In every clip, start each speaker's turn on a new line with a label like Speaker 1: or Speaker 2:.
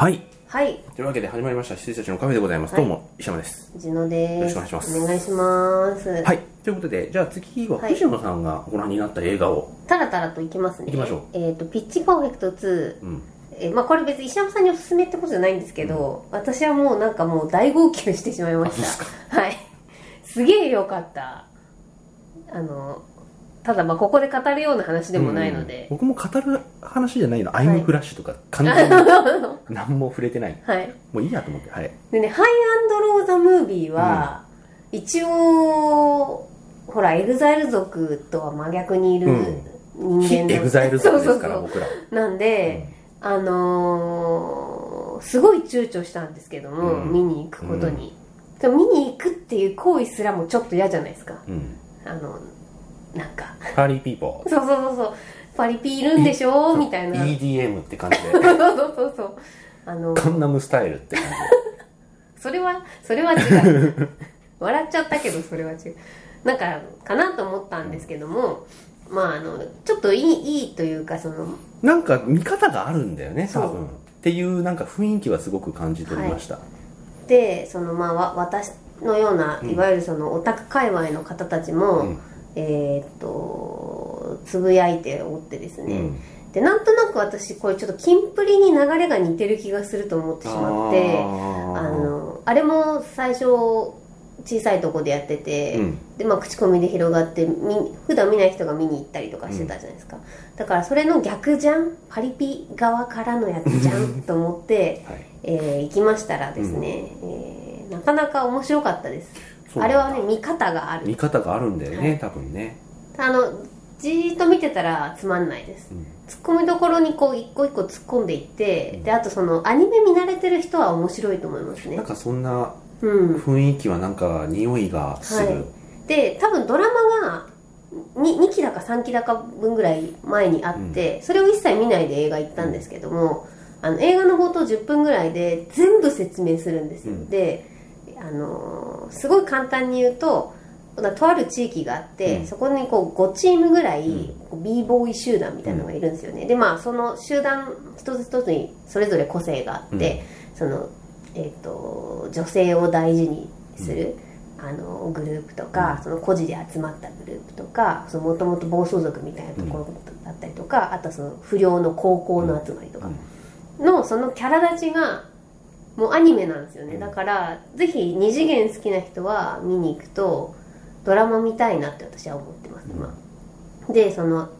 Speaker 1: というわけで始まりました、羊たちのカフェでございます。どうも、石山です。
Speaker 2: 藤野です。
Speaker 1: よろしくお願いします
Speaker 2: お願いします。
Speaker 1: はい。ということで、じゃあ次は
Speaker 2: はい
Speaker 1: 藤野さんがご覧になった映画を、
Speaker 2: タラタラと行きますね。
Speaker 1: 行きましょう
Speaker 2: えっ、と、ピッチパーフェクト2。
Speaker 1: うん。
Speaker 2: えーまあこれ別に石山さんにおすすめってことじゃないんですけど、私はもうなんかもう大号泣してしまいま
Speaker 1: あ
Speaker 2: し
Speaker 1: そう
Speaker 2: た。はい。すげえよかった。あの、ただまあここで語るような話でもないの
Speaker 1: うん
Speaker 2: で。
Speaker 1: 僕も語る話じゃないの。アイムフラッシュ とか、完全に何も触れてない。
Speaker 2: はい。
Speaker 1: もういいやと思って、はい。
Speaker 2: でね、ハイアンドローザムービーは、一応、ほら、エグザイル族とは真逆にいる人
Speaker 1: 非
Speaker 2: 間
Speaker 1: エグザイル族ですから、
Speaker 2: そうそう
Speaker 1: 僕ら。
Speaker 2: そうなんで、あのーすごい躊躇したんですけども、
Speaker 1: うん
Speaker 2: 見に行くことに。でも見に行くっていう行為すらもちょっと嫌じゃないですか。
Speaker 1: うん。うん。
Speaker 2: あの、なんか、
Speaker 1: パーリーピーポ
Speaker 2: そうそうそうそう、パリピいるんでしょ
Speaker 1: ー。
Speaker 2: みたいな。
Speaker 1: EDM って感じで。
Speaker 2: そうそうそうそう。あの、
Speaker 1: カンナムスタイルって感
Speaker 2: それは、それは違う。 笑っちゃったけど、それは違う。なんか、かなと思ったんですけども、まあ、あの、ちょっといい、いいというか、その、
Speaker 1: じ。なんか見方があるんだよね、多
Speaker 2: そう
Speaker 1: 分。っていうなんか雰囲気はすごく感じ取りました。
Speaker 2: で、その、まあ、わ私のような、
Speaker 1: うん
Speaker 2: いわゆるその、オタク界隈の方たちも、
Speaker 1: うん
Speaker 2: えーっと、つぶやいておってです
Speaker 1: う
Speaker 2: ね、
Speaker 1: ん。
Speaker 2: で、なんとなく私、これちょっと、キンプリに流れが似てる気がすると思ってしまって、
Speaker 1: あー
Speaker 2: あの、あれも最初、小さいとこでやってて、
Speaker 1: うん
Speaker 2: でまあ、口コミで広がってみ普段見ない人が見に行ったりとかしてたじゃないですか、だからそれの逆じゃんパリピ側からのやつじゃんと思って、
Speaker 1: はい
Speaker 2: えー行きましたらですね、えーなかなか面白かったです
Speaker 1: そうなん
Speaker 2: あれ
Speaker 1: だ
Speaker 2: はね見方がある
Speaker 1: 見方があるんだよ
Speaker 2: は
Speaker 1: ね、多分ね。
Speaker 2: あのじーっと見てたらつまんないです
Speaker 1: うん
Speaker 2: 突っ込みどころにこう一個一個突っ込んでいって、であとそのアニメ見慣れてる人は面白いと思いますね
Speaker 1: なんかそんな
Speaker 2: うん
Speaker 1: 雰囲気はなんか匂いがする。
Speaker 2: はいで多分ドラマが 2, 2期だか3期だか分ぐらい前にあって、それを一切見ないで映画行ったんですけども、あの映画の冒頭10分ぐらいで全部説明するんですよ、
Speaker 1: うん
Speaker 2: で、あのーすごい簡単に言うとだとある地域があって、
Speaker 1: うん
Speaker 2: そこにこう5チームぐらい、
Speaker 1: うん
Speaker 2: こう b ボーイ集団みたいなのがいるんですよね、でまあその集団一つ一つにそれぞれ個性があって、その、えー、と女性を大事にする、あのグループとか、その孤児で集まったグループとかもともと暴走族みたいなところだったりとか、あとはその不良の高校の集まりとかのそのキャラ立ちがもうアニメなんですよね、
Speaker 1: うん
Speaker 2: だからぜひ二次元好きな人は見に行くとドラマ見たいなって私は思ってます今、でその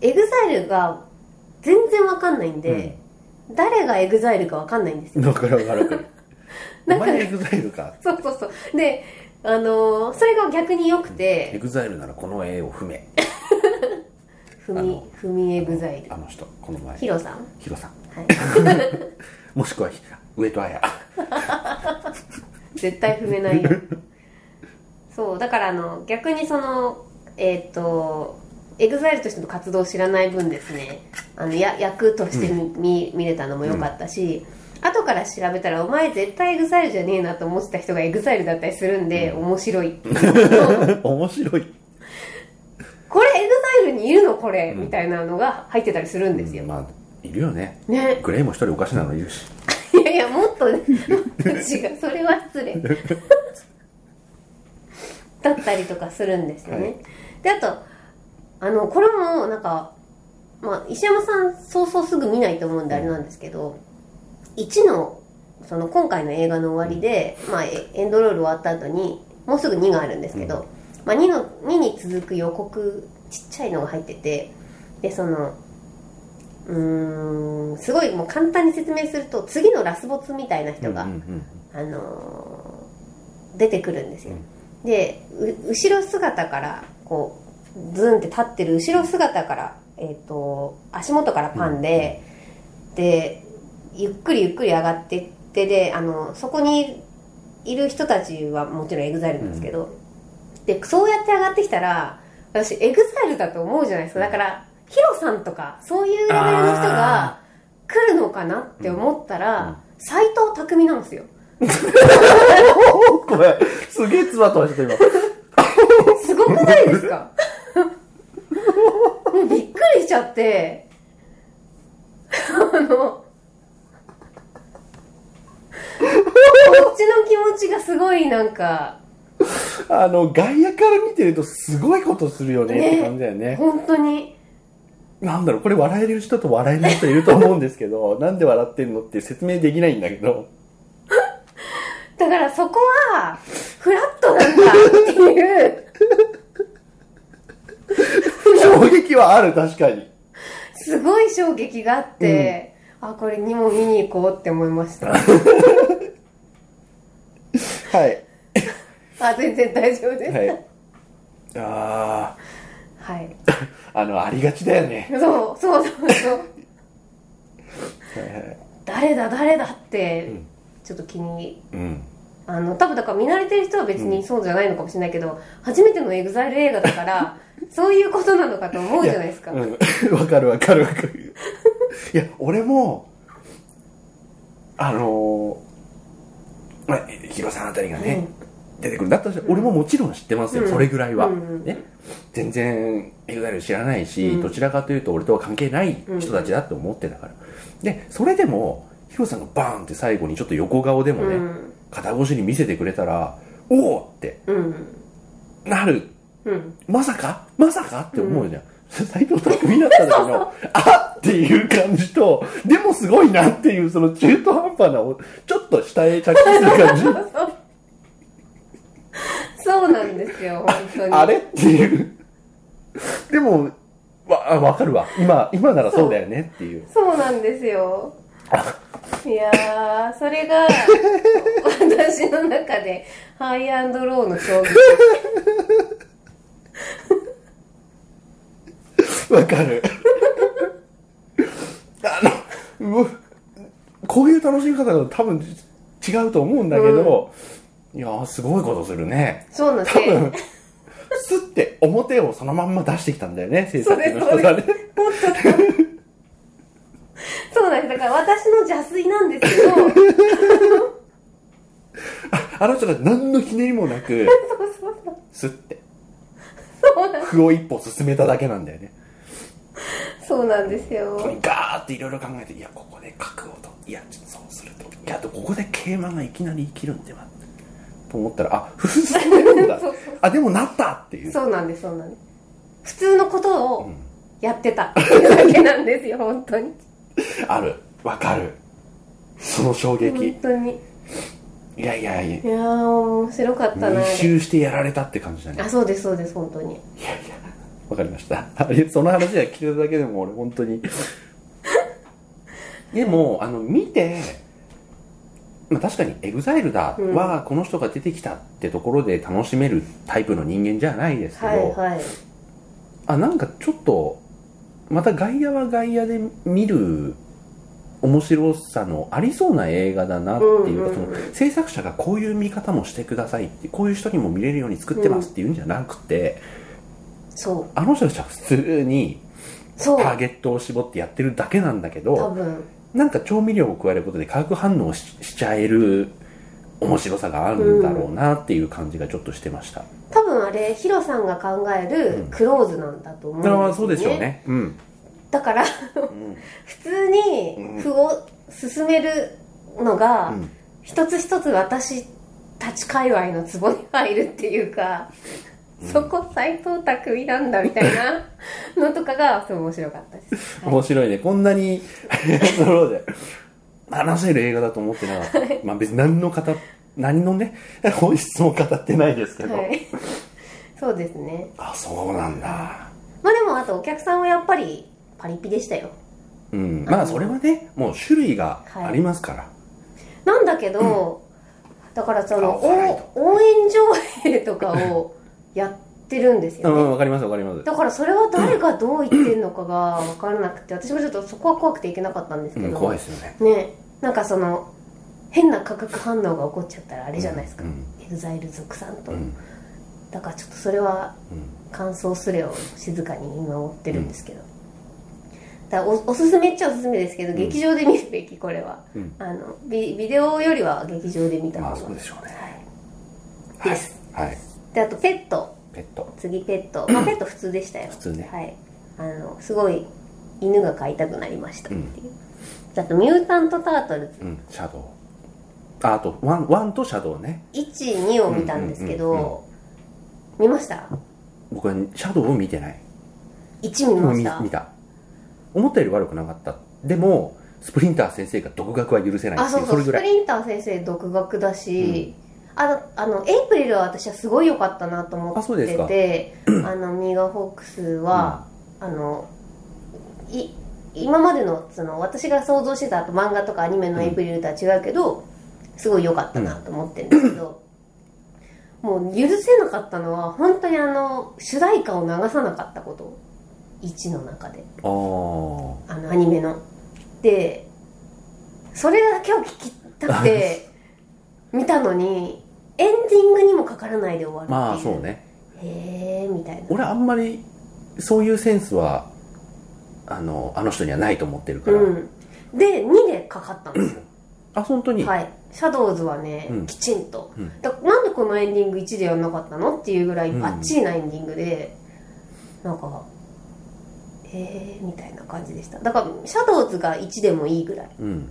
Speaker 2: エグザイルが全然わかんないんで、誰がエグザイルかわかん ないんですよ
Speaker 1: だからわかる。お
Speaker 2: なんか
Speaker 1: 前エグザイルか。
Speaker 2: そうそうそうであのーそれが逆によくて、
Speaker 1: エグザイルならこの絵を踏め。
Speaker 2: ふ
Speaker 1: あ
Speaker 2: み
Speaker 1: の、
Speaker 2: ふみエグザイル
Speaker 1: あ。の人、この前。
Speaker 2: ヒロさん。
Speaker 1: ヒロさん。
Speaker 2: はい。
Speaker 1: もしくは、上戸彩。
Speaker 2: 絶対踏 めないよ。そう、だからあの、逆にその、えっ、と、エグザイルとしての活動を知らない分ですね、あの、や役として見,見、見れたのも良かったし、後から調べたら、お前絶対エグザイルじゃねえなと思ってた人がエグザイルだったりするんで、面 白い。
Speaker 1: 面白い。
Speaker 2: これエグザイルにいるのこれ、みたいなのが入ってたりするんですよ。
Speaker 1: まあ、いるよね。
Speaker 2: ね。
Speaker 1: グレイも一人おかしなのいるし。
Speaker 2: いやいや、もっとね、違う、それは失礼。だったりとかするんですよね。
Speaker 1: はい
Speaker 2: で、あと、あの、これも、なんか、まあ、石山さん、そうそうすぐ見ないと思うんであれなんですけど、1の、その、今回の映画の終わりで、まあ、エエンドロール終わった後に、もうすぐ2があるんですけど、まあ、2の、2に続く予告、ちっちゃいのが入ってて、で、その、うーんすごいもう簡単に説明すると次のラスボスみたいな人が、
Speaker 1: うんうん
Speaker 2: あのー出てくるんですよ、でう後ろ姿からこうズンって立ってる後ろ姿から、えー、と足元からパンで、でゆっくりゆっくり上がってってであのそこにいる人たちはもちろんエグザイルなんですけど、でそうやって上がってきたら私エグザイルだと思うじゃないですかだからヒロさんとかそういうレベルの人が来るのかなって思った
Speaker 1: うんうん
Speaker 2: ら斎、藤匠なんですよ
Speaker 1: うんごめん。すげえツバとはして今。
Speaker 2: すごくないですかもうびっくりしちゃって。あの、っちの気持ちがすごいなんか、
Speaker 1: あの、外野から見てるとすごいことするよねって感じだよね。
Speaker 2: 本当に。
Speaker 1: なんだろう、これ笑える人と笑えない人いると思うんですけど、 なんで笑ってるのって説明できないんだけ ど。
Speaker 2: だからそこは、フラットなんだっていう、
Speaker 1: 衝撃はある、確かに。
Speaker 2: すごい衝撃があって、あ、これにも見に行こうって思いました。
Speaker 1: はい。
Speaker 2: あ、全然大丈夫です。
Speaker 1: は
Speaker 2: はい。
Speaker 1: い。ああ、あの、ありがちだよね。
Speaker 2: そう、そうそうそう。
Speaker 1: はいはい。
Speaker 2: 誰だ誰だって、
Speaker 1: ん
Speaker 2: ちょっと気に
Speaker 1: うん。
Speaker 2: あの多分だから見慣れてる人は別にそうじゃないのかもしれないけど、初めてのエグザイル映画だから そういうことなのかと思うじゃないですか、
Speaker 1: うん、 わかるわかるわかる。いや、俺も、あのー、まあ、ヒロさんあたりがね、出てくるんだったとして、俺ももちろん知ってますよ、
Speaker 2: うん
Speaker 1: それぐらいは。
Speaker 2: うんうん
Speaker 1: ね、全然、エグザイル知らないし、
Speaker 2: うん
Speaker 1: どちらかというと俺とは関係ない人たちだって思ってたから。で、それでも、ヒロさんがバーンって最後にちょっと横顔で
Speaker 2: う
Speaker 1: もね、
Speaker 2: ん
Speaker 1: 肩越しに見せてくれたら、おおって
Speaker 2: うん
Speaker 1: なる
Speaker 2: うん
Speaker 1: まさかまさかって思うじゃん。斎藤匠だったんだけど、あっていう感じと、でもすごいなっていう、その中途半端なお、ちょっと下へ着地する感じ。
Speaker 2: そうなんですよ本当に
Speaker 1: あれっていう。でも、わ、あわかるわ。今、今ならそうだよねっていう。
Speaker 2: そうなんですよいやーそれが 私の中でハイアンドローの衝撃
Speaker 1: わかる。あの、うわこういう楽しみ方が多分違うと思うんだけど、いやー、すごいことするね。
Speaker 2: そうなんで
Speaker 1: 多
Speaker 2: すよ
Speaker 1: 分すって表をそのまんま出してきたんだよね制作の人がね
Speaker 2: そうなんですだから私の邪推なんですけどそう
Speaker 1: あの人たち何のひねりもなく
Speaker 2: そうそう
Speaker 1: すって
Speaker 2: そうなん
Speaker 1: 歩を一歩進めただけなんだよね
Speaker 2: そうなんですよ
Speaker 1: ガーっていろいろ考えていやここで角をといやちょっとそうするといやでもここで桂馬がいきなり生きるんではと思ったらあふふ進んでるんだ
Speaker 2: そうそう
Speaker 1: あでもなったっていう
Speaker 2: そうなんですそうなんです普通のこと
Speaker 1: う
Speaker 2: を
Speaker 1: ん
Speaker 2: やってたっていうだけなんですよ本当に
Speaker 1: あるわかるその衝撃
Speaker 2: 本当に
Speaker 1: いやいやいや
Speaker 2: いやー面白かったなあ
Speaker 1: 密
Speaker 2: れ
Speaker 1: 集してやられたって感じだね
Speaker 2: あそうですそうです本当
Speaker 1: い
Speaker 2: に
Speaker 1: やいや、わかりました。 あれその話は聞いただけでも俺本当 に。でも、あの、見て、まあ確かにエグザイルだ
Speaker 2: うん
Speaker 1: は、この人が出てきたってところで楽しめるタイプの人間じゃないですけど、
Speaker 2: はいはい
Speaker 1: あ、なんかちょっと、また外野は外野で見る面白さのありそうな映画だなっていうか、
Speaker 2: うんうんうん
Speaker 1: その制作者がこういう見方もしてくださいって、こういう人にも見れるように作ってますっていうんじゃなくて、
Speaker 2: そう
Speaker 1: あの人たちは普通に
Speaker 2: そ
Speaker 1: タ
Speaker 2: う
Speaker 1: ーゲットを絞ってやってるだけなんだけ
Speaker 2: 多
Speaker 1: ど、
Speaker 2: 分
Speaker 1: なんか調味料を加えることで化学反応をししちゃえる面白さがあるんだろうなっていう感じがちょっとしてました。
Speaker 2: 多分あれヒロさんが考え
Speaker 1: う
Speaker 2: る
Speaker 1: ん
Speaker 2: クローズなんだと思うんですよ、ね
Speaker 1: ああ、そうでしょうね。うん。
Speaker 2: だから
Speaker 1: うん
Speaker 2: 普通に歩を進めるのが、
Speaker 1: うん
Speaker 2: 一つ一つ私たち界隈のツボに入るっていうか、そこ斎藤匠なんだみたいなのとかがすごい面白かったです、はい
Speaker 1: 面白いね。こんなに、 そので、話せる映画だと思ってなかった。まあ別に何の方、何のね、 本質も語ってないですけど。
Speaker 2: はい、そうですね
Speaker 1: あ、そうなんだ。
Speaker 2: まあでもあとお客さんはやっぱりパリピでしたよ
Speaker 1: うん。まあそれはね、もう種類がありますから。
Speaker 2: なんだけど、だからその
Speaker 1: あはい
Speaker 2: お応援上映とかをやってるんです
Speaker 1: う
Speaker 2: よね
Speaker 1: ん、わかりますわかります。
Speaker 2: だからそれは誰がどう言ってんのかが分からなくて私もちょっとそこは怖くていけなかったんですけ
Speaker 1: う
Speaker 2: ど、
Speaker 1: ん、怖いですよね。
Speaker 2: ねなんかその変な化学反応が起こっちゃったらあれじゃないですか、
Speaker 1: うん
Speaker 2: エグザイル族さんと、
Speaker 1: うん。
Speaker 2: だからちょっとそれは
Speaker 1: うん
Speaker 2: 感想すれを静かに見守ってるんですけど、だからおおすすめっちゃおすすめですけど、劇場で見るべきこれは、
Speaker 1: うん
Speaker 2: あのビビデオよりは劇場で見た
Speaker 1: まあ
Speaker 2: 方
Speaker 1: そ
Speaker 2: が
Speaker 1: うでしょうね
Speaker 2: はいです、
Speaker 1: はい
Speaker 2: であとペット
Speaker 1: ペット
Speaker 2: 次ペット まあペット普通でしたよ普
Speaker 1: 通ね
Speaker 2: はいあのすごい犬が飼いたくなりましたっていう、あとミュータント・タートルズ
Speaker 1: うんシャドああとワンワンとシャドウね
Speaker 2: 12を見たんですけ
Speaker 1: うんうんうん
Speaker 2: ど見ました
Speaker 1: 僕はシャドウを見てない
Speaker 2: ?1 見まし
Speaker 1: 見
Speaker 2: た
Speaker 1: 見た思ったより悪くなかったでもスプリンター先生が独学は許せないっ
Speaker 2: あ
Speaker 1: てい
Speaker 2: そううそ
Speaker 1: れ
Speaker 2: う
Speaker 1: ぐ
Speaker 2: スプ
Speaker 1: らい
Speaker 2: リンター先生独学だし、あのあのエイプリルは私はすごい良かったなと思
Speaker 1: あそう
Speaker 2: っ
Speaker 1: です
Speaker 2: て
Speaker 1: か
Speaker 2: てあのミーガンホークスは、あのい今までのその私が想像してた漫画とかアニメのエイプリルとは違うけど、すごい良かったなと思ってるんですけど、もう許せなかったのは本当にあの主題歌を流さなかったこと1の中で。
Speaker 1: あー
Speaker 2: あのアニメのでそれだけを聞きた くて見たのにエンディングにもかからないで終わるっていう
Speaker 1: まあそうね
Speaker 2: へえみたいな
Speaker 1: 俺あんまりそういうセンスはあのあの人にはないと思ってるから、
Speaker 2: うんで2でかかったんですよ
Speaker 1: あ本当に、
Speaker 2: はいシャドウズはね、
Speaker 1: うん
Speaker 2: きちんと、
Speaker 1: うん
Speaker 2: だなんでこのエンディング1でやんなかったのっていうぐらい
Speaker 1: うん
Speaker 2: バッチリなエンディングで、なんかえー、みたいな感じでしただからシャドウズが1でもいいぐらい
Speaker 1: うん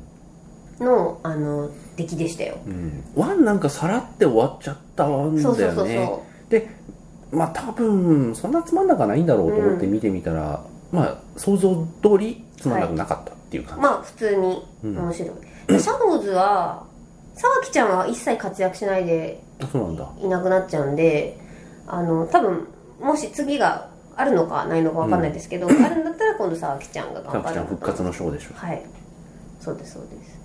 Speaker 2: のあの出来でしたよ
Speaker 1: うん、ワンなんかさらって終わっちゃったんだよね
Speaker 2: そうそうそうそう
Speaker 1: まあ多分そんなつまんなくはないんだろうと思って見てみたら、まあ想像通りつまんなくなかったっていう感じ、
Speaker 2: まあ普通に
Speaker 1: うん
Speaker 2: 面白い、シャドウズは沢木ちゃんは一切活躍しないで
Speaker 1: あそうなんだ
Speaker 2: いなくなっちゃうんであの多分もし次があるのかないのか分かんないですけど、あるんだったら今度沢木ちゃんが
Speaker 1: さ
Speaker 2: 頑
Speaker 1: く
Speaker 2: 張
Speaker 1: ちゃ
Speaker 2: る
Speaker 1: ん復活のショーでしょ
Speaker 2: はいそうですそうです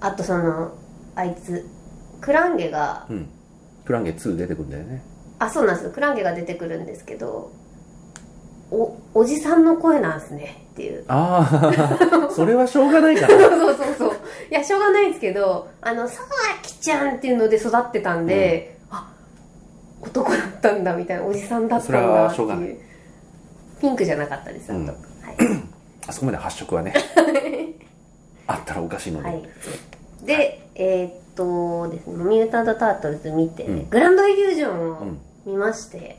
Speaker 2: あとそのあいつクランゲが
Speaker 1: うんクランゲ2出てくるんだよね
Speaker 2: あそうなんですよクランゲが出てくるんですけどおおじさんの声なんですねっていう
Speaker 1: あ あそれはしょうがないから
Speaker 2: そうそうそうそう。いや、しょうがないですけど、あの、沢木ちゃんっていうので育ってたんで、あ、男だったんだみたいな、おじさんだったん
Speaker 1: それ
Speaker 2: だ
Speaker 1: は
Speaker 2: って
Speaker 1: し
Speaker 2: い
Speaker 1: ょ
Speaker 2: う。
Speaker 1: うがない
Speaker 2: ピンクじゃなかったです、あと。
Speaker 1: うん
Speaker 2: はい。
Speaker 1: あそこまで発色はねあったらおかしいので、
Speaker 2: はい。で、えーっとですね、ミュータント・タートルズ見て、
Speaker 1: うん
Speaker 2: グランドイリュージョン
Speaker 1: う
Speaker 2: を
Speaker 1: ん、
Speaker 2: 見まして、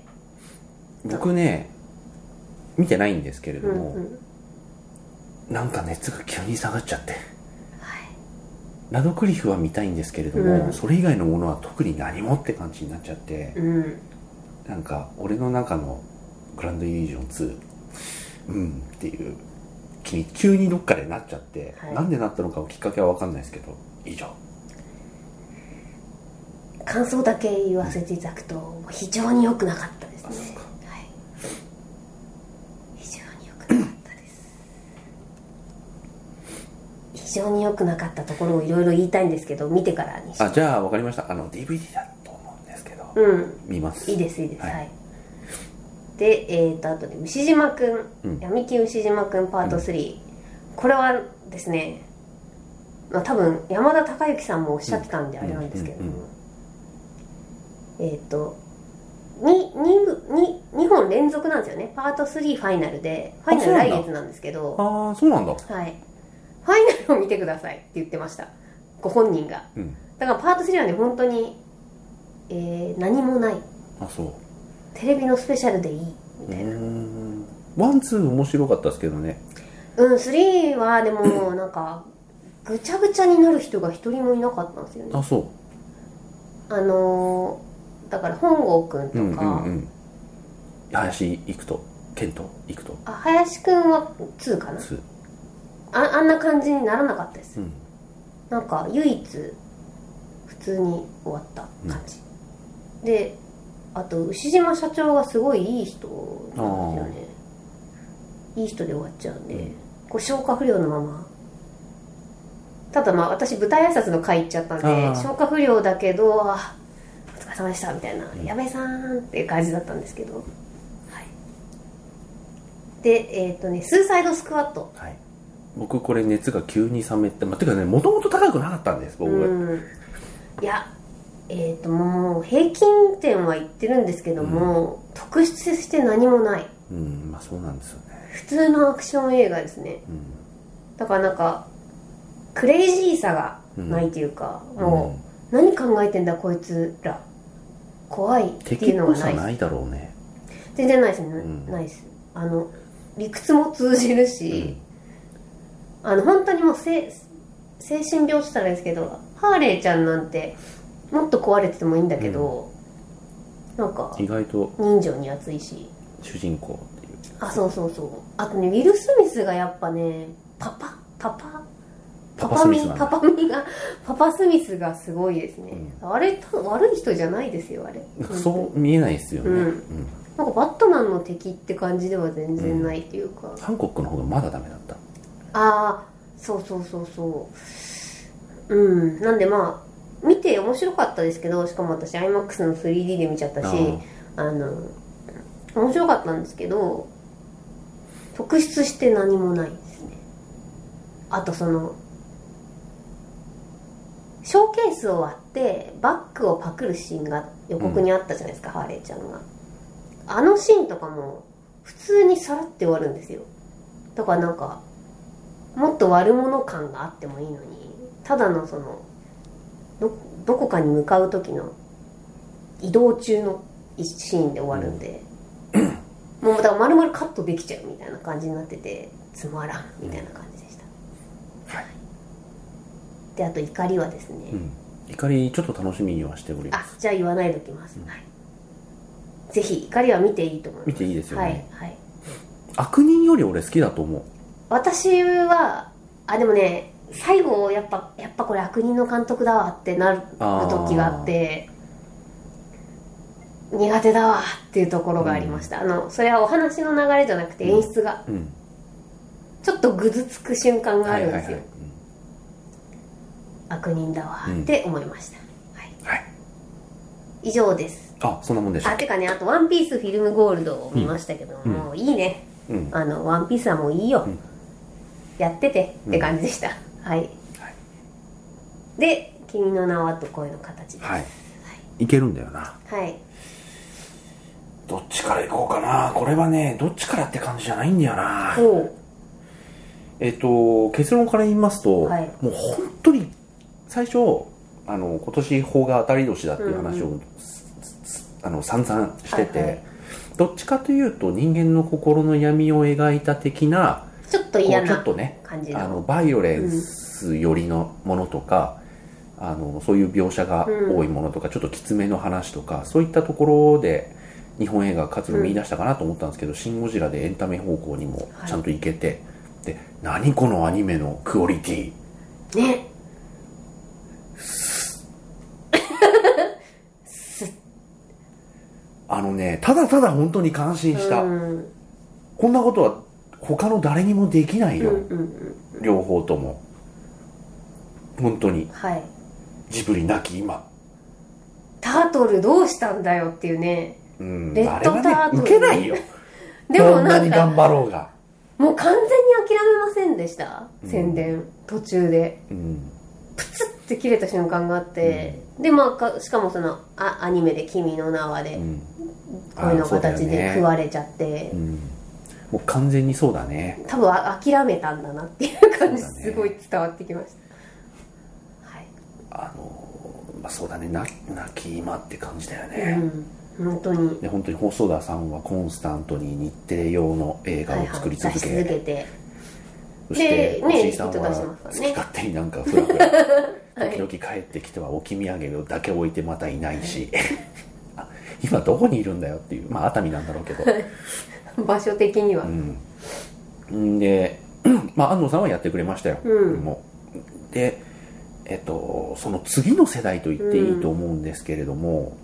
Speaker 1: 僕ね見てないんですけれ
Speaker 2: う
Speaker 1: ど
Speaker 2: ん、
Speaker 1: も、
Speaker 2: うん。
Speaker 1: なんか熱が急に下がっちゃって
Speaker 2: はい。
Speaker 1: ラドクリフは見たいんですけれども、
Speaker 2: うん
Speaker 1: それ以外のものは特に何もって感じになっちゃって、
Speaker 2: うん。
Speaker 1: なんか俺の中のグランドイリュージョン2うんっていう気に急にどっかでなっちゃって、
Speaker 2: はい
Speaker 1: なんでなったのかをきっかけは分かんないですけど以上
Speaker 2: 感想だけ言わせていただくと、非常に良くなかったです
Speaker 1: あそう
Speaker 2: ね
Speaker 1: か。
Speaker 2: はい。非常に良くなかったです。非常に良くなかったところをいろいろ言いたいんですけど、見てからにし
Speaker 1: あじゃあ分かりましたあの DVD だと思うんですけど、
Speaker 2: うん。
Speaker 1: 見ます
Speaker 2: いいです、いいです。は。
Speaker 1: はいい
Speaker 2: で、えー、と、あとね、牛島くん、
Speaker 1: うん
Speaker 2: 闇金牛島くんパート3、これはですね、まあ、多分山田孝之さんもおっしゃってたんで
Speaker 1: うん
Speaker 2: あれなんですけれども、
Speaker 1: うんうん
Speaker 2: えっ、と 2, 2, 2本連続なんですよねパート3ファイナルでファイナ
Speaker 1: あそ
Speaker 2: ル
Speaker 1: うなん
Speaker 2: 来
Speaker 1: だ
Speaker 2: 月なんですけど
Speaker 1: ああそうなんだ
Speaker 2: はいファイナルを見てくださいって言ってましたご本人が
Speaker 1: うん
Speaker 2: だからパート3はね本当に、えー何もない
Speaker 1: あそう
Speaker 2: テレビのスペシャルでいいみ
Speaker 1: う
Speaker 2: たいな
Speaker 1: ーんワンツー面白かったですけどね
Speaker 2: うん、3は でもなんかぐちゃぐちゃになる人が一人もいなかったんですよね
Speaker 1: あそ
Speaker 2: あのーだから本郷くん
Speaker 1: ううん
Speaker 2: と
Speaker 1: う
Speaker 2: か、
Speaker 1: んうん林行くと健斗行くと
Speaker 2: あ林くんは2かな
Speaker 1: 2
Speaker 2: ああんな感じにならなかったです
Speaker 1: うん
Speaker 2: なんか唯一普通に終わった感じ、であと牛島社長がすごいいい人なんですよねいい人で終わっちゃうんで、
Speaker 1: うん
Speaker 2: こう消化不良のままただまあ私舞台挨拶の会行っちゃったんで
Speaker 1: あー
Speaker 2: 消化不良だけどあお疲れ様でしたみたいな、
Speaker 1: ん
Speaker 2: 矢部さんっていう感じだったんですけど、はい、でえっ、とねスーサイドスクワット
Speaker 1: はい僕これ熱が急に冷めて、まあ、てかねもともと高くなかったんです僕、
Speaker 2: うん、いやえっ、ともう平均点は言ってるんですけども、特筆して何もない
Speaker 1: うんまあそうなんですよね、
Speaker 2: 普通のアクション映画ですねだからなんかクレイジーさがないというか、
Speaker 1: うん、
Speaker 2: もう、何考えてんだこいつら怖いっ
Speaker 1: うん、
Speaker 2: て
Speaker 1: 敵
Speaker 2: いう
Speaker 1: っ
Speaker 2: の
Speaker 1: ぽ
Speaker 2: がな
Speaker 1: さ
Speaker 2: い
Speaker 1: ないだろうね、
Speaker 2: 全然ないですね、
Speaker 1: ん
Speaker 2: ないですあの理屈も通じる
Speaker 1: う
Speaker 2: し、
Speaker 1: ん
Speaker 2: あの本当にもうせ精神病って言ったらあれですけどハーレーちゃんなんてもっと壊れててもいいんだけど、なんか
Speaker 1: 意外と
Speaker 2: 人情に熱いし
Speaker 1: 主人公っていう
Speaker 2: あそうそうそうあとねウィル・スミスがやっぱねパパパパ
Speaker 1: パパスミスなん
Speaker 2: パ
Speaker 1: だ
Speaker 2: パミがパパスミスがすごいですね、あれ多分悪い人じゃないですよあれ
Speaker 1: なんかそう見えないですよね、
Speaker 2: う
Speaker 1: うんん
Speaker 2: なんかバットマンの敵って感じでは全然ないっていうか、
Speaker 1: 韓国の方がまだダメだった
Speaker 2: ああそうそうそうそううんなんでまあ見て面白かったですけどしかも私 iMAX の 3D で見ちゃったし
Speaker 1: あー
Speaker 2: あの面白かったんですけど特筆して何もないですねあとそのショーケースを割ってバッグをパクるシーンが予告にあったじゃないですか、ハーレーちゃんがあのシーンとかも普通にさらって終わるんですよだからなんかもっと悪者感があってもいいのにただのそのどどこかに向かう時の移動中の一シーンで終わるんで、もうだから丸々カットできちゃうみたいな感じになっててつまらんみたいな感じでした、
Speaker 1: はい、
Speaker 2: であと怒りはですね、
Speaker 1: うん、怒りちょっと楽しみにはしておりま
Speaker 2: あ
Speaker 1: す
Speaker 2: じゃあ言わないでおきます、はい、ぜひ怒りは見ていいと思います
Speaker 1: 見ていいですよね、
Speaker 2: はいはい
Speaker 1: 悪人より俺好きだと思う
Speaker 2: 私はあでもね最後やっぱやっぱこれ悪人の監督だわってなる
Speaker 1: あー
Speaker 2: 時があって苦手だわっていうところがありました、あのそれはお話の流れじゃなくて演出が、
Speaker 1: うん
Speaker 2: ちょっとぐずつく瞬間があ
Speaker 1: はい
Speaker 2: るん
Speaker 1: はいは
Speaker 2: です
Speaker 1: い、
Speaker 2: よ、
Speaker 1: うん
Speaker 2: 悪人だわって思いました、はい、
Speaker 1: はい、
Speaker 2: 以上です
Speaker 1: あそんなもんでし
Speaker 2: あ
Speaker 1: た
Speaker 2: てかねあと「ワンピースフィルムゴールドを見ましたけど
Speaker 1: うん
Speaker 2: も、ういいね
Speaker 1: うん
Speaker 2: あのワンピースはもういいよ、
Speaker 1: うん
Speaker 2: やっててって感じでした、はい、で「君の名は」と声の形です
Speaker 1: はいいけるんだよな
Speaker 2: はい
Speaker 1: どっちから行こうかなこれはねどっちからって感じじゃないんだよな
Speaker 2: ほ
Speaker 1: えっと結論から言いますと、
Speaker 2: はい
Speaker 1: もう本当に最初あの今年法が当たり年だっていう話を、
Speaker 2: うん
Speaker 1: すすあの散々してて、
Speaker 2: はいはい
Speaker 1: どっちかというと人間の心の闇を描いた的な
Speaker 2: うちょっと
Speaker 1: こう
Speaker 2: 嫌
Speaker 1: ちょ
Speaker 2: な
Speaker 1: っとね
Speaker 2: 感じの
Speaker 1: あのバイオレンス寄りのものとか、あのそういう描写が多いものとか、ちょっときつめの話とかそういったところで日本映画が活路を見出したかなと思ったんですけど「シン・ゴジラ」でエンタメ方向にもちゃんと行けて、で何このアニメのクオリティ
Speaker 2: ね
Speaker 1: あのねただただ本当に感心した、
Speaker 2: うん
Speaker 1: こんなことは他の誰にもできな
Speaker 2: う
Speaker 1: い
Speaker 2: んう
Speaker 1: よ、
Speaker 2: んうん
Speaker 1: 両方とも本当に
Speaker 2: はい
Speaker 1: ジブリなき今
Speaker 2: タートルどうしたんだよっていうね
Speaker 1: うん
Speaker 2: レッドター
Speaker 1: あ
Speaker 2: ト
Speaker 1: れ
Speaker 2: ル
Speaker 1: はね受けないよ
Speaker 2: でも
Speaker 1: どんな
Speaker 2: なん
Speaker 1: に
Speaker 2: か
Speaker 1: 頑張ろうが
Speaker 2: もう完全に諦めませんでした
Speaker 1: うん
Speaker 2: 宣伝、途中で
Speaker 1: うん
Speaker 2: って切れた瞬間があって、でまあかしかもそのあアニメで「君の名は」
Speaker 1: う
Speaker 2: で
Speaker 1: ん
Speaker 2: こういうの
Speaker 1: あそうだよ
Speaker 2: 形
Speaker 1: ね
Speaker 2: で食われちゃって、
Speaker 1: うんもう完全にそうだね
Speaker 2: 多分あ諦めたんだなっていう感じ
Speaker 1: そうだね
Speaker 2: すごい伝わってきました、
Speaker 1: あのまあそうだねな泣き今って感じだよ
Speaker 2: はい、
Speaker 1: ね、
Speaker 2: うん本当に
Speaker 1: で本当に細田さんはコンスタントに日程用の映画を作り続け、
Speaker 2: はいはい出し続けて
Speaker 1: そして
Speaker 2: でね
Speaker 1: 吉井さん
Speaker 2: 糸出しま
Speaker 1: は
Speaker 2: す
Speaker 1: 好
Speaker 2: から
Speaker 1: き
Speaker 2: ね
Speaker 1: 勝手になんかふらふら
Speaker 2: はい
Speaker 1: 時々帰ってきては置き土産だけ置いてまたいないし あ今どこにいるんだよっていうまあ熱海なんだろうけど
Speaker 2: 場所的には、
Speaker 1: うん、で、 まあ、安藤さんはやってくれましたよ、
Speaker 2: うん
Speaker 1: もうで、えっと、その次の世代と言っていいと思うんですけれども、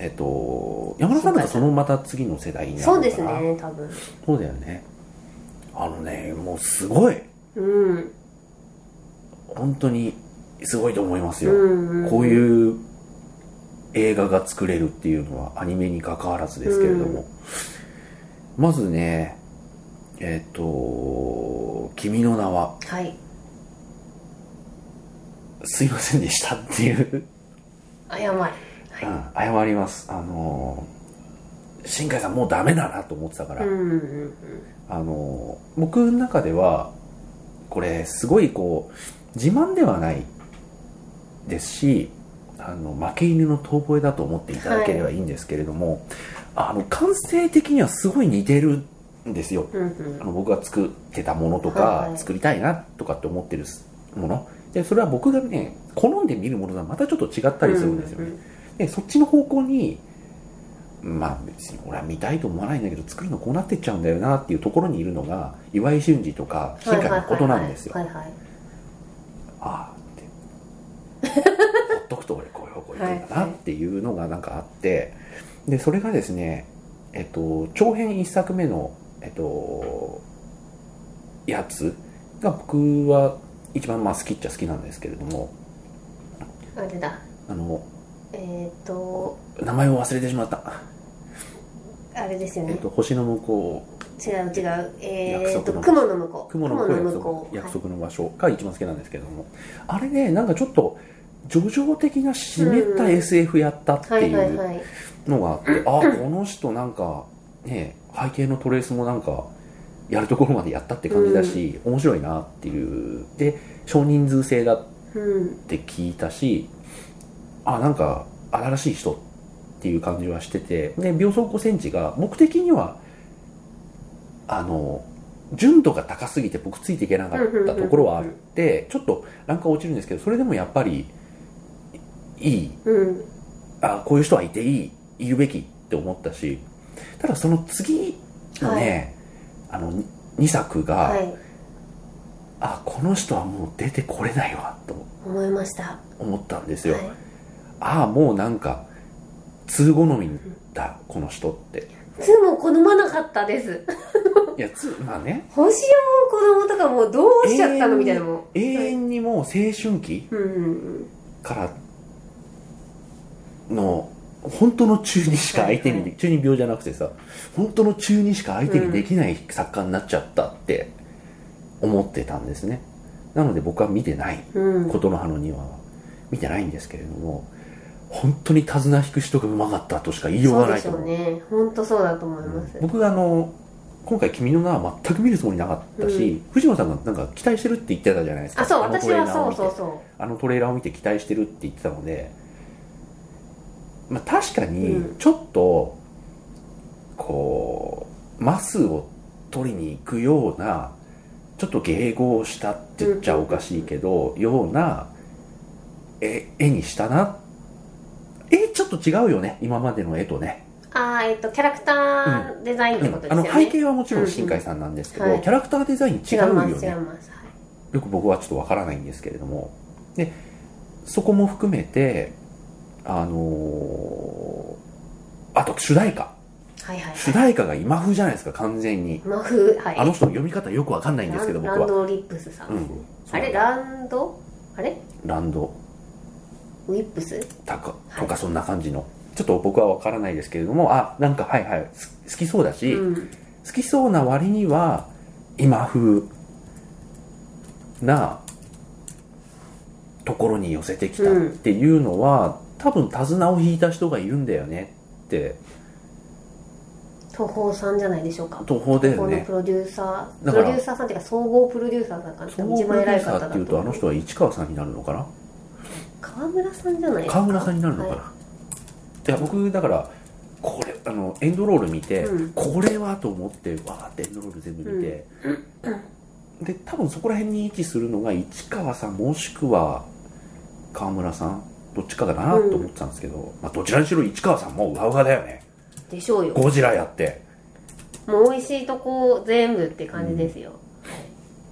Speaker 1: えっと、山田さんなんかそのまた次の世代になるの
Speaker 2: そ
Speaker 1: か
Speaker 2: う
Speaker 1: な
Speaker 2: ですね多分
Speaker 1: そうだよねあのねもうすごい
Speaker 2: うん
Speaker 1: 本当にすごいと思います
Speaker 2: う
Speaker 1: よ、
Speaker 2: ん
Speaker 1: こう
Speaker 2: うん
Speaker 1: いう映画が作れるっていうのはアニメに関わらずですけれども、まずねえっ、と「君の名は
Speaker 2: はい
Speaker 1: すいませんでした」って いう、
Speaker 2: 謝れは
Speaker 1: う
Speaker 2: い
Speaker 1: ん、謝りますあのー新海さんもうダメだなと思ってたから、
Speaker 2: うんうんうん
Speaker 1: あのー僕の中ではこれすごいこう自慢ではないですしあの負け犬の遠吠えだと思っていただければいいんですけれども、あの感性的にはすごい似てるんですよ
Speaker 2: うんう
Speaker 1: あ
Speaker 2: ん
Speaker 1: の僕が作ってたものとか、
Speaker 2: はいはい
Speaker 1: 作りたいなとかって思ってるものでそれは僕がね好んで見るものとはまたちょっと違ったりするんですよね、でそっちの方向にまあ別に俺は見たいと思わないんだけど作るのこうなってっちゃうんだよなっていうところにいるのが岩井俊二とか新海誠なんですよ、
Speaker 2: はいはいはいはい
Speaker 1: ああ ってほっとくと俺こういう方向行くんだなっていうのがなんかあってでそれがですねえっと長編1作目のえっとやつが僕は一番まあ好きっちゃ好きなんですけれども
Speaker 2: はいあれだ
Speaker 1: あの
Speaker 2: えーっ、と
Speaker 1: 名前を忘れてしまった、
Speaker 2: あれですよ
Speaker 1: え
Speaker 2: ね
Speaker 1: っと、星の向こう
Speaker 2: 違う違うえーっ、
Speaker 1: 約束
Speaker 2: と
Speaker 1: の
Speaker 2: 雲の向こう
Speaker 1: 雲の声
Speaker 2: 向こ
Speaker 1: の
Speaker 2: う
Speaker 1: 約束の場所が一番好きなんですけれども、あれねなんかちょっと叙情的な湿っ
Speaker 2: う
Speaker 1: た
Speaker 2: ん
Speaker 1: SF やったって
Speaker 2: はい
Speaker 1: い
Speaker 2: はいうはいはい
Speaker 1: のがあって、あこの人なんかね背景のトレースもなんかやるところまでやったって感じだし、面白いなっていうで少人数制だっ
Speaker 2: うん
Speaker 1: て聞いたしあなんか新しい人っていう感じはしててで秒速5センチが僕的にはあの純度が高すぎて僕ついていけなかったところはあってちょっとランクは落ちるんですけどそれでもやっぱりいい
Speaker 2: うん
Speaker 1: あこういう人はいていいいるべきって思ったしただその次のね、あのに2作が、
Speaker 2: はい
Speaker 1: あこの人はもう出てこれないわと
Speaker 2: 思いましたは
Speaker 1: 思ったんです
Speaker 2: い
Speaker 1: よ、ああもうなんか通好みだこの人って
Speaker 2: 2も好まなかったです
Speaker 1: いやつまあね
Speaker 2: 星を子供とかもうどうしちゃったのみたいなもん
Speaker 1: 永遠にもう青春期
Speaker 2: うんうん
Speaker 1: からの本当の中にしか相手に、
Speaker 2: はい
Speaker 1: 中二病じゃなくてさ本当の中にしか相手にできない作家になっちゃったって思ってたんですね、なので僕は見てない
Speaker 2: うんうん
Speaker 1: 琴の葉の庭は見てないんですけれども本当に手綱引く人がうまかったとしか言いよう
Speaker 2: そ
Speaker 1: が
Speaker 2: う
Speaker 1: な
Speaker 2: で
Speaker 1: い
Speaker 2: し
Speaker 1: と
Speaker 2: ょ
Speaker 1: 思う
Speaker 2: うね本当そうだと思います、
Speaker 1: 僕があの今回「君の名は」全く見るつもりなかったし、藤野さんがなんか期待してるって言ってたじゃないですか
Speaker 2: あそう
Speaker 1: あのト
Speaker 2: 私
Speaker 1: レー
Speaker 2: は
Speaker 1: ナーを見
Speaker 2: そう
Speaker 1: て
Speaker 2: そうそ
Speaker 1: あのトレーラーを見て期待してるって言ってたので、まあ、確か
Speaker 2: う
Speaker 1: に
Speaker 2: ん
Speaker 1: ちょっと、こうマスを取りに行くようなちょっと迎合したって言っちゃおかしいけど、ようなえ絵にしたな絵ちょっと違うよね今までの絵とね
Speaker 2: うああえっ、とキャラクターデザインってことです
Speaker 1: あ
Speaker 2: よ
Speaker 1: の
Speaker 2: ね、
Speaker 1: 背景はもちろん新海さんなんですけど、
Speaker 2: うんうんはい
Speaker 1: キャラクターデザイン違
Speaker 2: 違いう
Speaker 1: よ
Speaker 2: ます違い
Speaker 1: ね
Speaker 2: ます、はい
Speaker 1: よく僕はちょっとわからないんですけれどもでそこも含めてあのーあと主題歌
Speaker 2: はいはい
Speaker 1: 主
Speaker 2: はい。
Speaker 1: 題歌が今風じゃないですか完全に
Speaker 2: マフ、はい。
Speaker 1: あの人の読み方よくわかんないんですけど僕
Speaker 2: ランラン
Speaker 1: は
Speaker 2: ドリップスさん
Speaker 1: う
Speaker 2: です
Speaker 1: ん
Speaker 2: ね。
Speaker 1: そう
Speaker 2: あれ、ランドあれ
Speaker 1: ランド
Speaker 2: ウィップス
Speaker 1: タカ
Speaker 2: はい
Speaker 1: とかそんな感じのちょっと僕はわからないですけれどもあなんかはいはいす好きそうだし、
Speaker 2: うん。
Speaker 1: 好きそうな割には今風なところに寄せてきたっていうのは、多分手綱を引いた人がいるんだよねって
Speaker 2: 東宝さんじゃないでしょうか。
Speaker 1: 途方だよ
Speaker 2: 東宝の
Speaker 1: ね
Speaker 2: プロデューサー、
Speaker 1: だか
Speaker 2: プ
Speaker 1: ら
Speaker 2: ロデューサーさんっていうか、総合プロデューサーさんかな。多
Speaker 1: 総
Speaker 2: 分
Speaker 1: 合
Speaker 2: 一
Speaker 1: プロデュ
Speaker 2: 番偉
Speaker 1: ー
Speaker 2: い
Speaker 1: サ
Speaker 2: 方
Speaker 1: ー
Speaker 2: だ
Speaker 1: っていう
Speaker 2: と
Speaker 1: とあ
Speaker 2: 思
Speaker 1: の
Speaker 2: う。
Speaker 1: 人は市川さんになるのかな
Speaker 2: 川村さんじゃないですか。
Speaker 1: 川村さんになるのかな、、
Speaker 2: はい
Speaker 1: や僕だからこれあのエンドロール見て、
Speaker 2: うん
Speaker 1: これはと思ってわーってエンドロール全部見て、で多分そこら辺に位置するのが市川さんもしくは川村さんどっちかだなと思ってたんですけど、まあ、どちらにしろ市川さんもうわうわだよね
Speaker 2: いでしょうよ。
Speaker 1: ゴジラやって、
Speaker 2: もう美味しいとこ全部って感じですよ。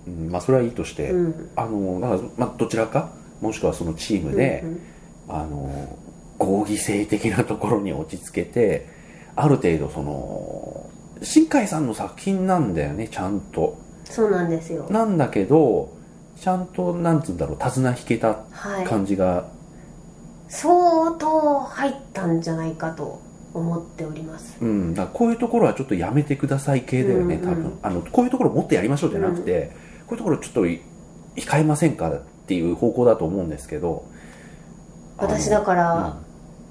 Speaker 1: うんまあ、それはいいとして、
Speaker 2: うん。
Speaker 1: あのだからまあ、どちらかもしくはそのチームで、
Speaker 2: うん
Speaker 1: あの合議制的なところに落ち着けてある程度その新海さんの作品なんだよねちゃんと
Speaker 2: そうなんですよ。
Speaker 1: なんだけどちゃんとなんつうんだろう手綱引けた
Speaker 2: はい。
Speaker 1: 感じが、
Speaker 2: 相当入ったんじゃないかと思っております。
Speaker 1: うんだからこういうところはちょっとやめてください系だよね
Speaker 2: うん
Speaker 1: 多
Speaker 2: うん
Speaker 1: 分、あのこういうところもっとやりましょうじゃなくて、こういうところちょっとい控えませんかっていう方向だと思うんですけど
Speaker 2: 私だか
Speaker 1: あ
Speaker 2: ら、
Speaker 1: のうん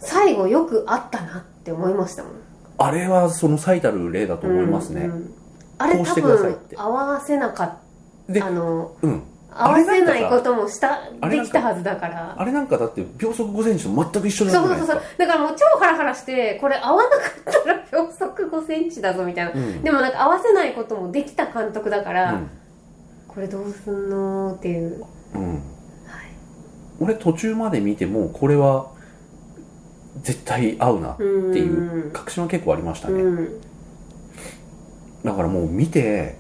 Speaker 2: 最後よくあったなって思いましたもん
Speaker 1: あれはその最たる例だと思いますね、
Speaker 2: うんうんあれ
Speaker 1: こう
Speaker 2: 多
Speaker 1: してくださいっ
Speaker 2: 分
Speaker 1: て
Speaker 2: 合わせなかっ
Speaker 1: で
Speaker 2: たあの
Speaker 1: うん、
Speaker 2: 合
Speaker 1: あ
Speaker 2: わ
Speaker 1: れなんかさ
Speaker 2: せないこともした
Speaker 1: あれ
Speaker 2: で
Speaker 1: なんか
Speaker 2: きたはずだから
Speaker 1: あれなんかだって秒速5センチと全く一緒
Speaker 2: そう
Speaker 1: じゃな
Speaker 2: そ
Speaker 1: いうで
Speaker 2: そ
Speaker 1: す
Speaker 2: う
Speaker 1: か
Speaker 2: そうだからもう超ハラハラしてこれ合わなかったら 秒速5センチだぞみたいな、
Speaker 1: うん
Speaker 2: でもなんか合わせないこともできた監督だから、
Speaker 1: うん
Speaker 2: これどうすんのっていう
Speaker 1: うん
Speaker 2: はい
Speaker 1: 俺途中まで見てもこれは絶対合うなっていううん確信は結構ありましたね、
Speaker 2: うん
Speaker 1: だからもう見て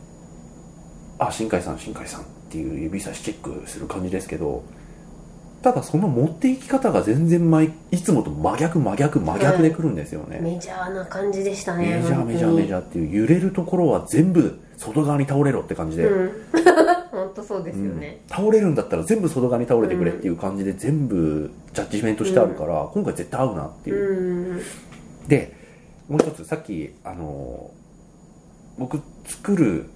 Speaker 1: あ新海さん新海さんっていう指差しチェックする感じですけどただその持っていき方が全然まいいつもと真逆真逆真逆でくるんですよね、
Speaker 2: メジャーな感じでしたね
Speaker 1: メジャーメジャーメジ
Speaker 2: ャ
Speaker 1: ャーっていう揺れるところは全部外側に倒れろって感じで、
Speaker 2: うん 本当そうですよね、
Speaker 1: うん倒れるんだったら全部外側に倒れてくれっていう感じで全部ジャッジメントしてあるから、今回絶対合うなって
Speaker 2: う
Speaker 1: いう、
Speaker 2: ん
Speaker 1: でもう一つさっきあのー僕作る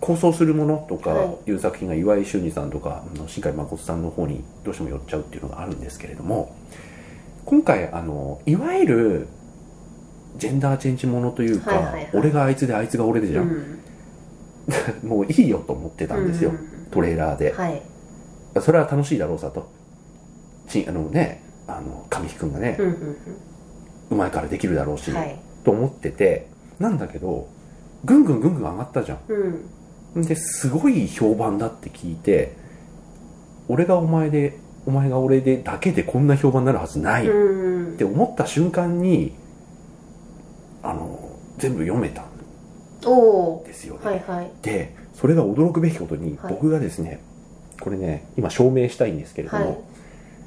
Speaker 1: 構想するものとか
Speaker 2: は
Speaker 1: いう作品が岩井俊二さんとかあの新海誠さんの方にどうしても寄っちゃうっていうのがあるんですけれども今回あのいわゆるジェンダーチェンジものというか、
Speaker 2: はいはいはい
Speaker 1: 俺があいつであいつが俺でじゃ、
Speaker 2: うんん
Speaker 1: もういいよと思ってたんですよ、
Speaker 2: ううん
Speaker 1: トレーラーで、
Speaker 2: はい
Speaker 1: それは楽しいだろうさとちあのねあの神木君がね、
Speaker 2: うんうん
Speaker 1: うまいからできるだろうし、
Speaker 2: うんはい
Speaker 1: と思っててなんだけどぐんぐんぐんぐん上がったじゃ
Speaker 2: うん
Speaker 1: んですごい評判だって聞いて俺がお前でお前が俺でだけでこんな評判になるはずないっ
Speaker 2: うん
Speaker 1: て思った瞬間にあの全部読めたん
Speaker 2: おお
Speaker 1: ですよね、
Speaker 2: ーはいはい
Speaker 1: でそれが驚くべきことに、
Speaker 2: はい
Speaker 1: 僕がですねこれね今証明したいんですけれども、
Speaker 2: はい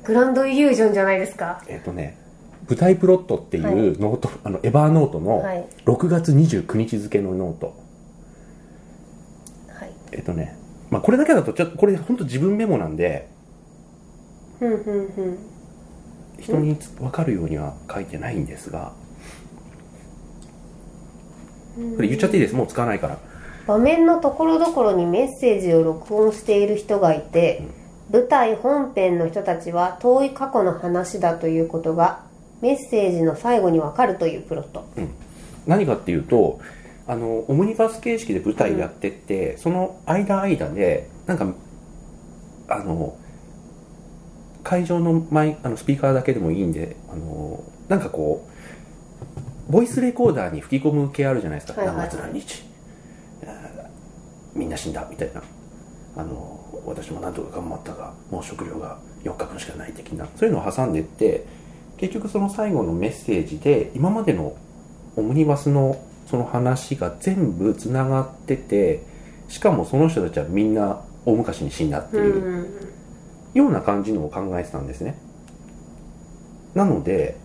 Speaker 2: グランドイリュージョンじゃないですか
Speaker 1: えっ、とね舞台プロットってい
Speaker 2: はいう
Speaker 1: ノート、あのエバーノート
Speaker 2: は
Speaker 1: の
Speaker 2: い
Speaker 1: 6月29日付のノート、
Speaker 2: はい
Speaker 1: えっ、とね、まあ、これだけだとちょっとこれ本当自分メモなんで
Speaker 2: うんうんうん
Speaker 1: 人につ分かるようには書いてないんですが
Speaker 2: うん
Speaker 1: これ言っちゃっていいですもう使わないから
Speaker 2: 場面のところどころにメッセージを録音している人がいて、舞台本編の人たちは遠い過去の話だということがメッセージの最後にわかるというプロット
Speaker 1: 何かっていうとあのオムニバス形式で舞台やってって、その間間でなんかあの会場のマイあのスピーカーだけでもいいんであのなんかこうボイスレコーダーに吹き込む系あるじゃないですか、
Speaker 2: はいはいはい
Speaker 1: 何月何日あーみんな死んだみたいなあの私も何とか頑張ったがもう食料が4日分しかない的なそういうのを挟んでって結局その最後のメッセージで今までのオムニバスのその話が全部つながっててしかもその人たちはみんな大昔に死んだっていう、ような感じのを考えてたんですねなので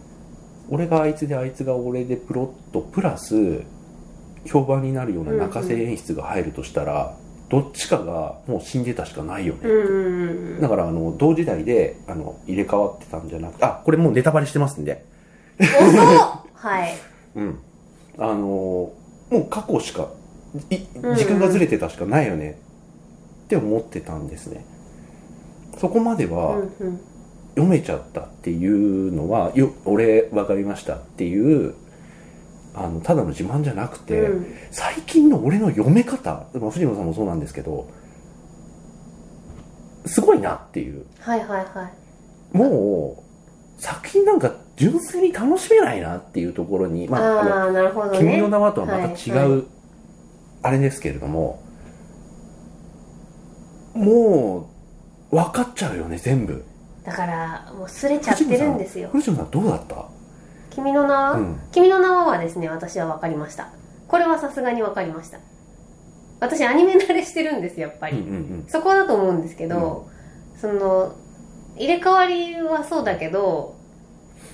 Speaker 1: 俺があいつであいつが俺でプロットプラス評判になるような泣かせ演出が入るとしたら、どっちかがもう死んでたしかないよね、
Speaker 2: うん
Speaker 1: だからあの同時代であの入れ替わってたんじゃなくてあこれもうネタバレしてますんで
Speaker 2: 遅っはい
Speaker 1: うんあのもう過去しかい
Speaker 2: うん
Speaker 1: 時間がずれてたしかないよねって思ってたんですねそこまで
Speaker 2: う
Speaker 1: は、
Speaker 2: んうん
Speaker 1: 読めちゃったっていうのはよ俺分かりましたっていうあのただの自慢じゃなくて、
Speaker 2: うん
Speaker 1: 最近の俺の読め方、まあ、藤野さんもそうなんですけどすごいなっていう
Speaker 2: はいはいは
Speaker 1: もう作品なんか純粋に楽しめないなっていうところに
Speaker 2: い
Speaker 1: まああの
Speaker 2: ああーなるほど
Speaker 1: 君の
Speaker 2: ね
Speaker 1: 名はとはまた違う、
Speaker 2: はいは
Speaker 1: あれですけれどももう分かっちゃうよね全部
Speaker 2: だからもうすれちゃってるんですよ
Speaker 1: 藤野さんどうだった
Speaker 2: 君の名は、
Speaker 1: うん
Speaker 2: 君の名ははですね私は分かりましたこれはさすがに分かりました私アニメ慣れしてるんですやっぱり、
Speaker 1: うんうんうん
Speaker 2: そこだと思うんですけど、その入れ替わりはそうだけど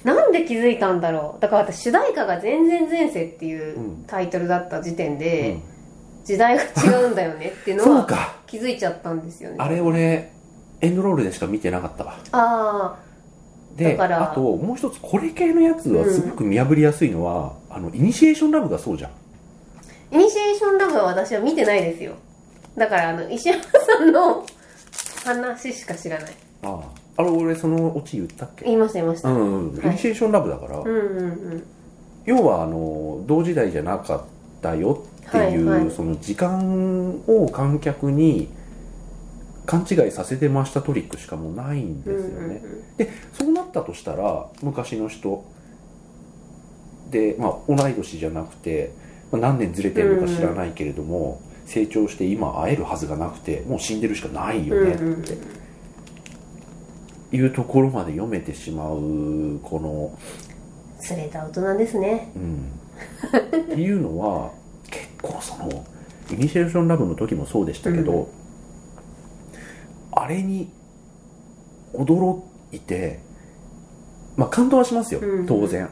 Speaker 2: なんで気づいたんだろうだから私主題歌が「全然前世」っていう
Speaker 1: うん
Speaker 2: タイトルだった時点で、
Speaker 1: うん
Speaker 2: 時代が違うんだよねっていう の
Speaker 1: そう
Speaker 2: は
Speaker 1: か
Speaker 2: 気づいちゃったんですよね
Speaker 1: あれ俺エンドロールでしか見てなかったわ
Speaker 2: あ
Speaker 1: で
Speaker 2: だから
Speaker 1: あともう一つこれ系のやつはすごく見破りやすいのは、あのイニシエーションラブがそうじゃん
Speaker 2: あイニシエーションラブは私は見てないですよだからあの石山さんの話しか知らない
Speaker 1: あああれ俺そのオチ言ったっけ
Speaker 2: 言いました言いまし
Speaker 1: う
Speaker 2: た、
Speaker 1: んうん、うん
Speaker 2: はい
Speaker 1: イニシエーションラブだから、
Speaker 2: うんうん
Speaker 1: 要はあの同時代じゃなかったよっていう、
Speaker 2: はいはい
Speaker 1: その時間を観客に勘違いさせてましたトリックしかもうないん
Speaker 2: うん
Speaker 1: ですよね、
Speaker 2: うんうんうん
Speaker 1: そうなったとしたら昔の人で、まあ、同い年じゃなくて、まあ何年ずれてるのか知らないけれども、成長して今会えるはずがなくてもう死んでるしかないよねって、
Speaker 2: うんうんうん
Speaker 1: いうところまで読めてしまうこの
Speaker 2: 釣れた大人ですね
Speaker 1: うん、っていうのは結構そのイニシエーションラブの時もそうでしたけど、
Speaker 2: う
Speaker 1: あれに驚いてまあ感動はしますよ
Speaker 2: うん
Speaker 1: 当然、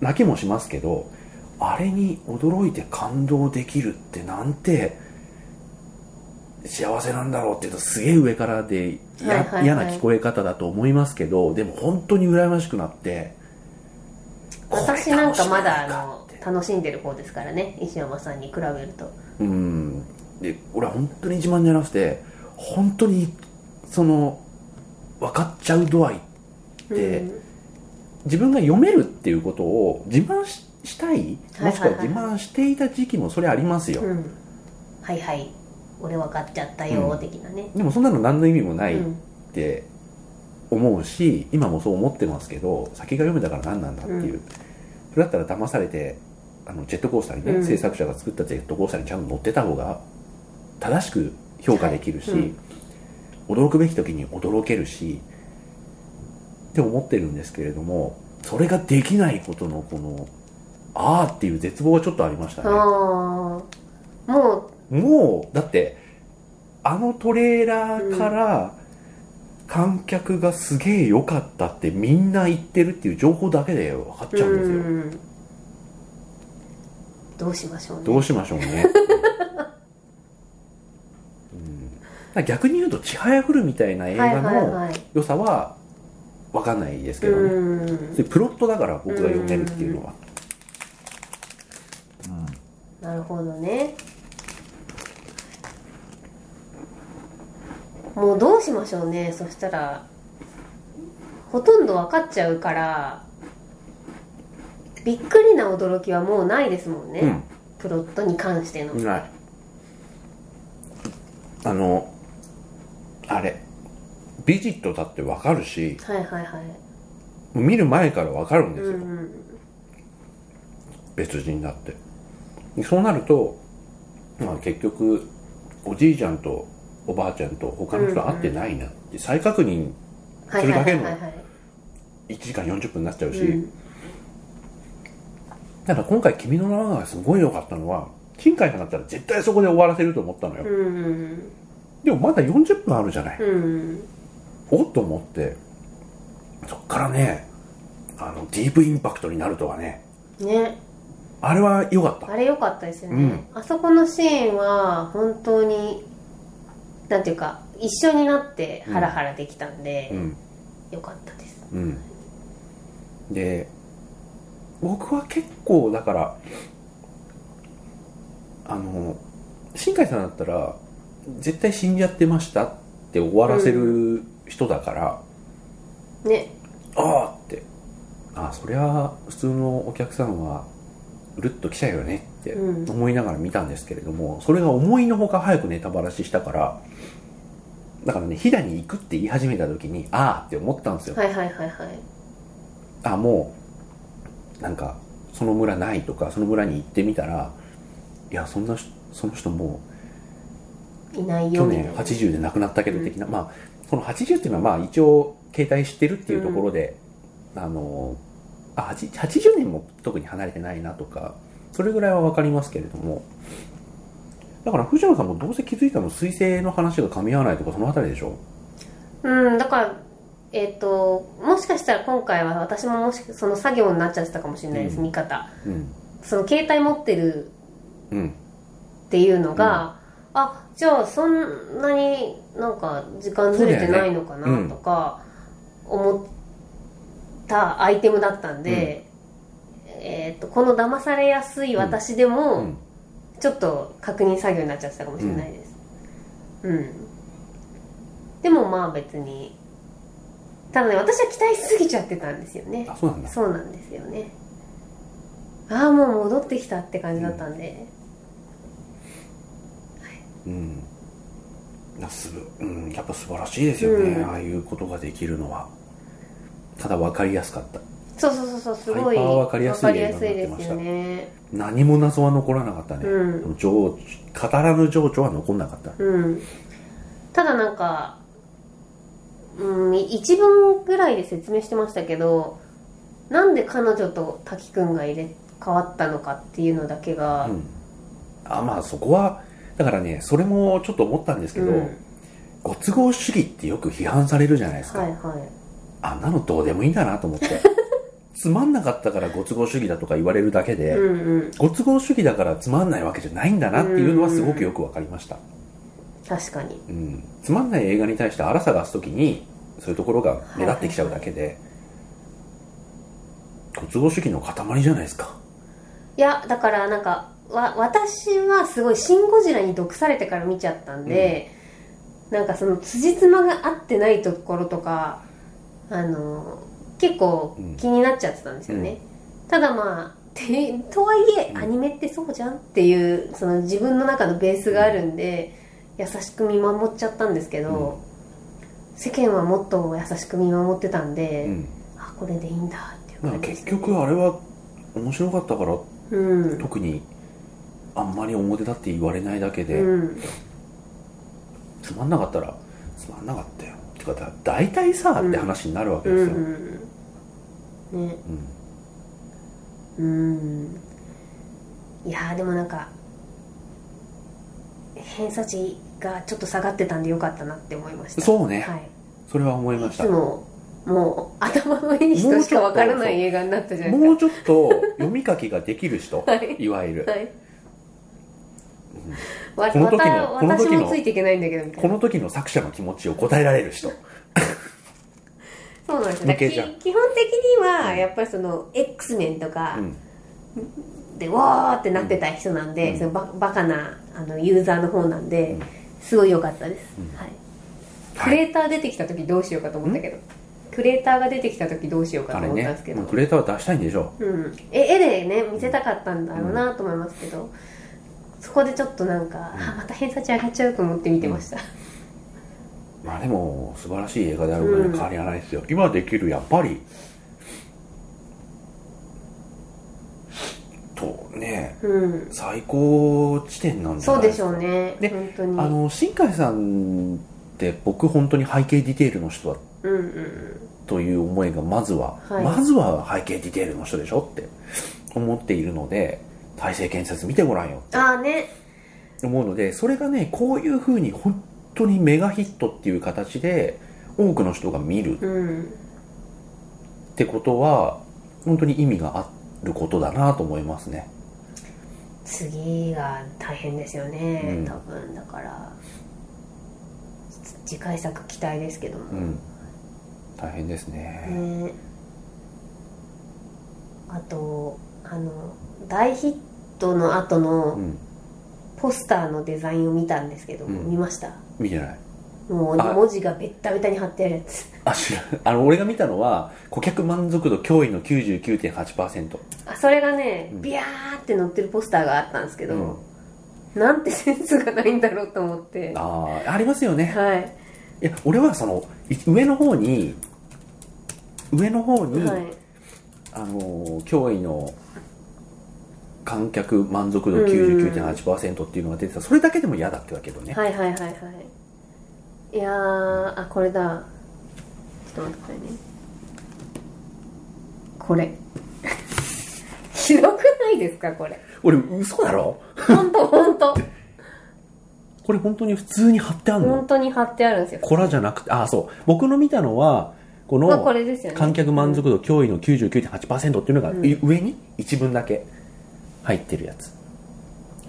Speaker 1: 泣きもしますけどあれに驚いて感動できるってなんて幸せなんだろうっていうとすげえ上からでや
Speaker 2: はいはいはい
Speaker 1: 嫌な聞こえ方だと思いますけどでも本当に羨ましくなってこれ
Speaker 2: 私なんかま
Speaker 1: 楽しめない
Speaker 2: だあ
Speaker 1: か
Speaker 2: の
Speaker 1: って
Speaker 2: 楽しんでる方ですからね石山さんに比べると
Speaker 1: うんで俺は本当に自慢じゃなくて本当にその分かっちゃう度合いで
Speaker 2: うん
Speaker 1: 自分が読めるっていうことを自慢ししたい
Speaker 2: は
Speaker 1: も
Speaker 2: いはいはい
Speaker 1: しくは自慢していた時期もそれありますよ、
Speaker 2: うんはいはい俺分かっちゃったよ、
Speaker 1: うん
Speaker 2: 的なね、
Speaker 1: でもそんなの何の意味もないっ
Speaker 2: うん
Speaker 1: て思うし今もそう思ってますけど先が読めたから何なんだっていう、それだったら騙されてあのジェットコースターにね、
Speaker 2: うん
Speaker 1: 制作者が作ったジェットコースターにちゃんと乗ってた方が正しく評価できるし、
Speaker 2: はいうん
Speaker 1: 驚くべき時に驚けるしって思ってるんですけれどもそれができないことのこのあーっていう絶望はちょっとありましたね
Speaker 2: ああも
Speaker 1: もうだってあのトレーラーから観客がすげえ良かったってみんな言ってるっていう情報だけで分かっ
Speaker 2: う
Speaker 1: ちゃうんですよ、
Speaker 2: うんどうしましょうね
Speaker 1: どうしましょうね、うん、だから逆に言うと「ちはやふる」みたいな映
Speaker 2: はい
Speaker 1: 画
Speaker 2: はい
Speaker 1: の
Speaker 2: はい
Speaker 1: 良さは分かんないですけどね、
Speaker 2: うん
Speaker 1: でプロットだから僕が読めるっていうのは、
Speaker 2: なるほどねもうどうしましょうねそしたらほとんど分かっちゃうからびっくりな驚きはもうないですもんね、
Speaker 1: うん
Speaker 2: プロットに関しての、
Speaker 1: ないあのあれビジットだってわかるし
Speaker 2: はいはいはい
Speaker 1: もう見る前からわかるんです
Speaker 2: う
Speaker 1: よ、
Speaker 2: ん
Speaker 1: 別人だってでそうなると、まあ、結局おじいちゃんとおばあちゃんと他の人会ってないなって再確認
Speaker 2: はい
Speaker 1: そ
Speaker 2: はい
Speaker 1: れ
Speaker 2: は
Speaker 1: だけ
Speaker 2: い
Speaker 1: の
Speaker 2: はいはい
Speaker 1: 1時間40分になっちゃうし、
Speaker 2: うん
Speaker 1: だから今回「君の名は」がすごい良かったのは新海さんだったら絶対そこで終わらせると思ったのよ、
Speaker 2: うん
Speaker 1: でもまだ40分あるじゃない
Speaker 2: うん
Speaker 1: おっと思ってそっからねあのディープインパクトになるとはね
Speaker 2: ね
Speaker 1: あれは良かった
Speaker 2: あれ良かったですよね、
Speaker 1: うん
Speaker 2: あそこのシーンは本当になんていうか一緒になってハラハラできたんで、
Speaker 1: うん
Speaker 2: 良かったです
Speaker 1: うんで僕は結構だからあの新海さんだったら絶対死んじゃってましたって終わらせる人だから、
Speaker 2: ね
Speaker 1: ああってああそりゃ普通のお客さんはうるっと来ちゃうよねって
Speaker 2: うん
Speaker 1: 思いながら見たんですけれども、それが思いのほか早くネタバラシしたからだからね飛騨に行くって言い始めた時にああって思ったんですよ、
Speaker 2: はいはいはいはい
Speaker 1: あもうなんかその村ないとかその村に行ってみたらいやそんなしその人も
Speaker 2: いないう
Speaker 1: 去
Speaker 2: よみたい
Speaker 1: 年
Speaker 2: な
Speaker 1: 80で亡くなったけ
Speaker 2: う
Speaker 1: ど
Speaker 2: ん
Speaker 1: 的な、まあこの80っていうのはまあ一応携帯してるっていうところで、あのあ80 80年も特に離れてないなとかそれぐらいは分かりますけれどもだから藤野さんもどうせ気づいたの彗星の話が噛み合わないとかその辺りでしょ
Speaker 2: うんだからえっ、ともしかしたら今回は私ももしその作業になっちゃってたかもしれないです、
Speaker 1: うん
Speaker 2: 見方
Speaker 1: うん
Speaker 2: その携帯持ってる
Speaker 1: うん
Speaker 2: っていうのが、あじゃあそんなになんか時間ずれてないのか
Speaker 1: そうだよねう
Speaker 2: なんとか思ったアイテムだったんで、えー、とこの騙されやすい私で
Speaker 1: う
Speaker 2: も
Speaker 1: ん
Speaker 2: ちょっと確認作業になっちゃってたかもしれないですうん、でもまあ別にただね私は期待しすぎちゃってたんですよね
Speaker 1: あそうなんだ
Speaker 2: そうなんですよねああもう戻ってきたって感じだったんで、
Speaker 1: うんいやすぶうん、やっぱ素晴らしいですよね、
Speaker 2: うん
Speaker 1: ああいうことができるのはただ分かりやすかった
Speaker 2: そうそうそうそうすご
Speaker 1: ハ
Speaker 2: い
Speaker 1: イパーわかりやすい
Speaker 2: わか
Speaker 1: 映画になって
Speaker 2: で
Speaker 1: ますした
Speaker 2: よね
Speaker 1: 何も謎は残らなかったね、
Speaker 2: うん
Speaker 1: でも情緒語らぬ情緒は残んなかった
Speaker 2: うんただなんかうん、一文ぐらいで説明してましたけどなんで彼女と滝くんが入れ替わったのかっていうのだけが、
Speaker 1: うん、あまあそこはだからねそれもちょっと思ったんですけど、
Speaker 2: うん
Speaker 1: ご都合主義ってよく批判されるじゃないですか、
Speaker 2: はいはい
Speaker 1: あんなのどうでもいいんだなと思って つまんなかったからご都合主義だとか言われるだけで、
Speaker 2: うんうん
Speaker 1: ご都合主義だからつまんないわけじゃないんだなっていうのはすごくよくわかりました、
Speaker 2: 確かに
Speaker 1: うん、つまんない映画に対して荒さがすときにそういうところが目立ってきちゃうだけで、ご都合主義の塊じゃないですか
Speaker 2: いやだからなんかわ私はすごい「シン・ゴジラ」に毒されてから見ちゃったんで、なんかその辻褄が合ってないところとかあの結構気になっちゃってたんですよね、ただまあてとはいえ
Speaker 1: うん
Speaker 2: アニメってそうじゃんっていうその自分の中のベースがあるんで、優しく見守っちゃったんですけど、世間はもっと優しく見守ってたんで、
Speaker 1: うん、
Speaker 2: あこれでいいんだってい
Speaker 1: だ
Speaker 2: う
Speaker 1: か
Speaker 2: 感
Speaker 1: ら
Speaker 2: じです
Speaker 1: 結局あれは面白かったから
Speaker 2: うん
Speaker 1: 特にあんまり表立って言われないだけで、
Speaker 2: うん
Speaker 1: つまんなかったらつまんなかったよてかだ大体さ、って話になるわけですよ、
Speaker 2: うんうん、ね
Speaker 1: うん
Speaker 2: うんいやーでもなんか偏差値がちょっと下がってたんでよかったなって思いました
Speaker 1: そうね
Speaker 2: はい、
Speaker 1: それは思いま
Speaker 2: い
Speaker 1: した
Speaker 2: つももう頭のいい人しかわからない映画になったじゃない
Speaker 1: も
Speaker 2: で
Speaker 1: うちょっ と読み書きができる人、
Speaker 2: はい
Speaker 1: い、わゆる
Speaker 2: すか、はい
Speaker 1: うん
Speaker 2: わ
Speaker 1: この時の
Speaker 2: また
Speaker 1: この
Speaker 2: 私
Speaker 1: 時の
Speaker 2: もついていけないんだけどみたい
Speaker 1: こ
Speaker 2: な
Speaker 1: の時の作者の気持ちを答えられる人
Speaker 2: そうなんですよ
Speaker 1: 抜けじゃん
Speaker 2: き基本的にはやっぱりその X メンとか、
Speaker 1: うん
Speaker 2: でわーってなってた人なんで、
Speaker 1: うん
Speaker 2: そのババカなあのユーザーの方なんで、
Speaker 1: うん
Speaker 2: すごい良かったです、
Speaker 1: うん
Speaker 2: はい、ク
Speaker 1: はい
Speaker 2: レーター出てきた時どうしようかと思ったけど、クレーターが出てきた時どうしようか
Speaker 1: あ
Speaker 2: と
Speaker 1: れ
Speaker 2: 思ったんで
Speaker 1: ね
Speaker 2: すけど、
Speaker 1: もうクレーターは出したいんでしょ
Speaker 2: うん、え絵でね見せたかったんだろうなと思いますけど、そこでちょっとなんか、あまた偏差値上がっちゃうと思って見てました、
Speaker 1: うまあでも素晴らしい映画であることに変わりはないですよ、今できるやっぱりとね
Speaker 2: うん、
Speaker 1: 最高地点なんじゃ
Speaker 2: そ
Speaker 1: な
Speaker 2: う
Speaker 1: いで
Speaker 2: ですし
Speaker 1: か
Speaker 2: ょうね
Speaker 1: で
Speaker 2: 本当に
Speaker 1: あの新海さんって僕本当に背景ディテールの人だ
Speaker 2: うんうんうん
Speaker 1: という思いがまずは、
Speaker 2: はい
Speaker 1: まずは背景ディテールの人でしょって思っているので体制建設見てごらんよ
Speaker 2: ああね
Speaker 1: って思うのでそれがねこういうふうに本当にメガヒットっていう形で多くの人が見るっ
Speaker 2: うん
Speaker 1: てことは本当に意味があることだなと思いますね
Speaker 2: 次が大変ですよね、
Speaker 1: うん
Speaker 2: 多分だから次回作期待ですけど
Speaker 1: う
Speaker 2: も、
Speaker 1: ん大変ですね、
Speaker 2: ねあとあの大ヒットの後
Speaker 1: う
Speaker 2: の
Speaker 1: ん、
Speaker 2: ポスターのデザインを見たんですけど、
Speaker 1: うん
Speaker 2: 見ました
Speaker 1: 見てない
Speaker 2: もう
Speaker 1: あ
Speaker 2: 文字がべったべたに貼ってあるやつ
Speaker 1: あ知らんあの俺が見たのは顧客満足度驚異の99.8%
Speaker 2: あそれがね
Speaker 1: うん
Speaker 2: ビヤーって載ってるポスターがあったんですけど、
Speaker 1: うん
Speaker 2: なんてセンスがないんだろうと思って
Speaker 1: ああありますよね
Speaker 2: はい
Speaker 1: や俺はそのい上の方に上の方
Speaker 2: い、
Speaker 1: に、
Speaker 2: はい
Speaker 1: あのー驚異の観客満足度99.8%っていうのが出てたそれだけでも嫌だってわけどね、
Speaker 2: はいはいはいはいいやーあこれだちょっと待ってくださいねこれ ひどくないですかこれ
Speaker 1: 俺嘘だろ
Speaker 2: 本当本当
Speaker 1: これ本当に普通に貼ってあんの
Speaker 2: 本当に貼ってあるんですよ
Speaker 1: コラじゃなくてああそう僕の見たのはこ
Speaker 2: まあこ
Speaker 1: の
Speaker 2: れですよね
Speaker 1: 観客満足度驚異の99.8%っていうのが、
Speaker 2: うん
Speaker 1: い上に一文だけ入ってるやつ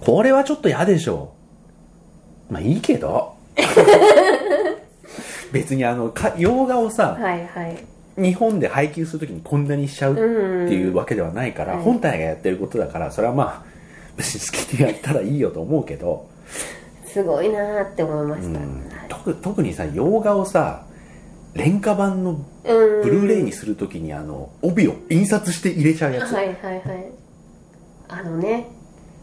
Speaker 1: これはちょっと嫌でしょまあいいけ ど別にあのか洋画をさ、
Speaker 2: はいはい
Speaker 1: 日本で配給するときにこんなにしちゃう
Speaker 2: うんうん
Speaker 1: っていうわけではないから、
Speaker 2: はい
Speaker 1: 本体がやってることだからそれはまあ別に好きでやったらいいよと思うけど、
Speaker 2: すごいなーって思いま
Speaker 1: う
Speaker 2: した、
Speaker 1: ん
Speaker 2: はい、
Speaker 1: 特特にさ洋画をさ廉価版の
Speaker 2: うん
Speaker 1: ブルーレイにするときにあの帯を印刷して入れちゃうやつ、
Speaker 2: はいはいはいあのね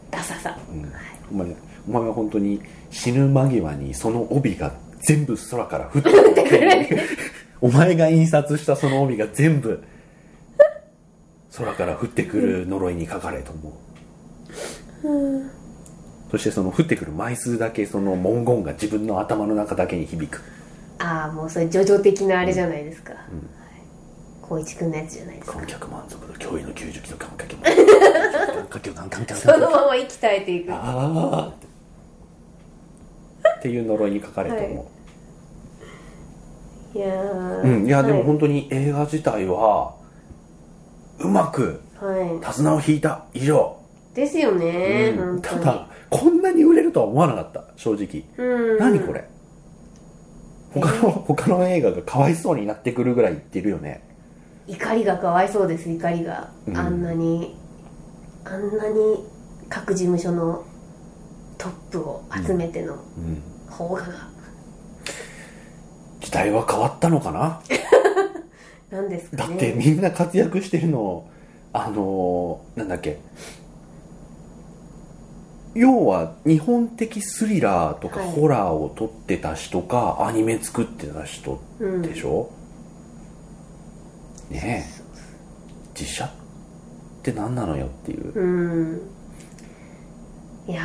Speaker 2: ダサさ、
Speaker 1: うん
Speaker 2: はい
Speaker 1: お前お前は本当に死ぬ間際にその帯が全部空から降って
Speaker 2: ってくる
Speaker 1: お前が印刷したその帯が全部空から降ってくる呪いにかかれと思うそしてその降ってくる枚数だけその文言が自分の頭の中だけに響く
Speaker 2: ああもうそれ叙々的なあれじゃないですか
Speaker 1: うん
Speaker 2: 光一くんのやつじゃないですか
Speaker 1: 観客満足度驚異の90キロ観客満足度観客観客観
Speaker 2: その
Speaker 1: 客
Speaker 2: まま息絶えていくは
Speaker 1: ああっていう呪いに書かれても、
Speaker 2: いいやー
Speaker 1: うんいやでも
Speaker 2: は
Speaker 1: 本当に映画自体はうまく
Speaker 2: い、はい
Speaker 1: 手綱を引いた以上、
Speaker 2: ですよね、
Speaker 1: う
Speaker 2: 本
Speaker 1: ん、
Speaker 2: 当
Speaker 1: た
Speaker 2: に
Speaker 1: だこんなに売れるとは思わなかった正直、
Speaker 2: うん
Speaker 1: 何これ
Speaker 2: えー
Speaker 1: 他の、他の映画がかわいそうになってくるぐらいいってるよね
Speaker 2: 怒りがかわいそうです怒りが、
Speaker 1: うん
Speaker 2: あんなにあんなに各事務所のトップを集めての
Speaker 1: うん
Speaker 2: 方が、
Speaker 1: 時代は変わったのかな
Speaker 2: なんです
Speaker 1: だ
Speaker 2: か
Speaker 1: っ
Speaker 2: ね
Speaker 1: てみんな活躍してるのをあのーなんだっけ要は日本的スリラーとか
Speaker 2: はい
Speaker 1: ホラーを撮ってた人か、アニメ作ってた人
Speaker 2: うん
Speaker 1: でしょ、ねえ実写って何なのよっていう、
Speaker 2: うんいや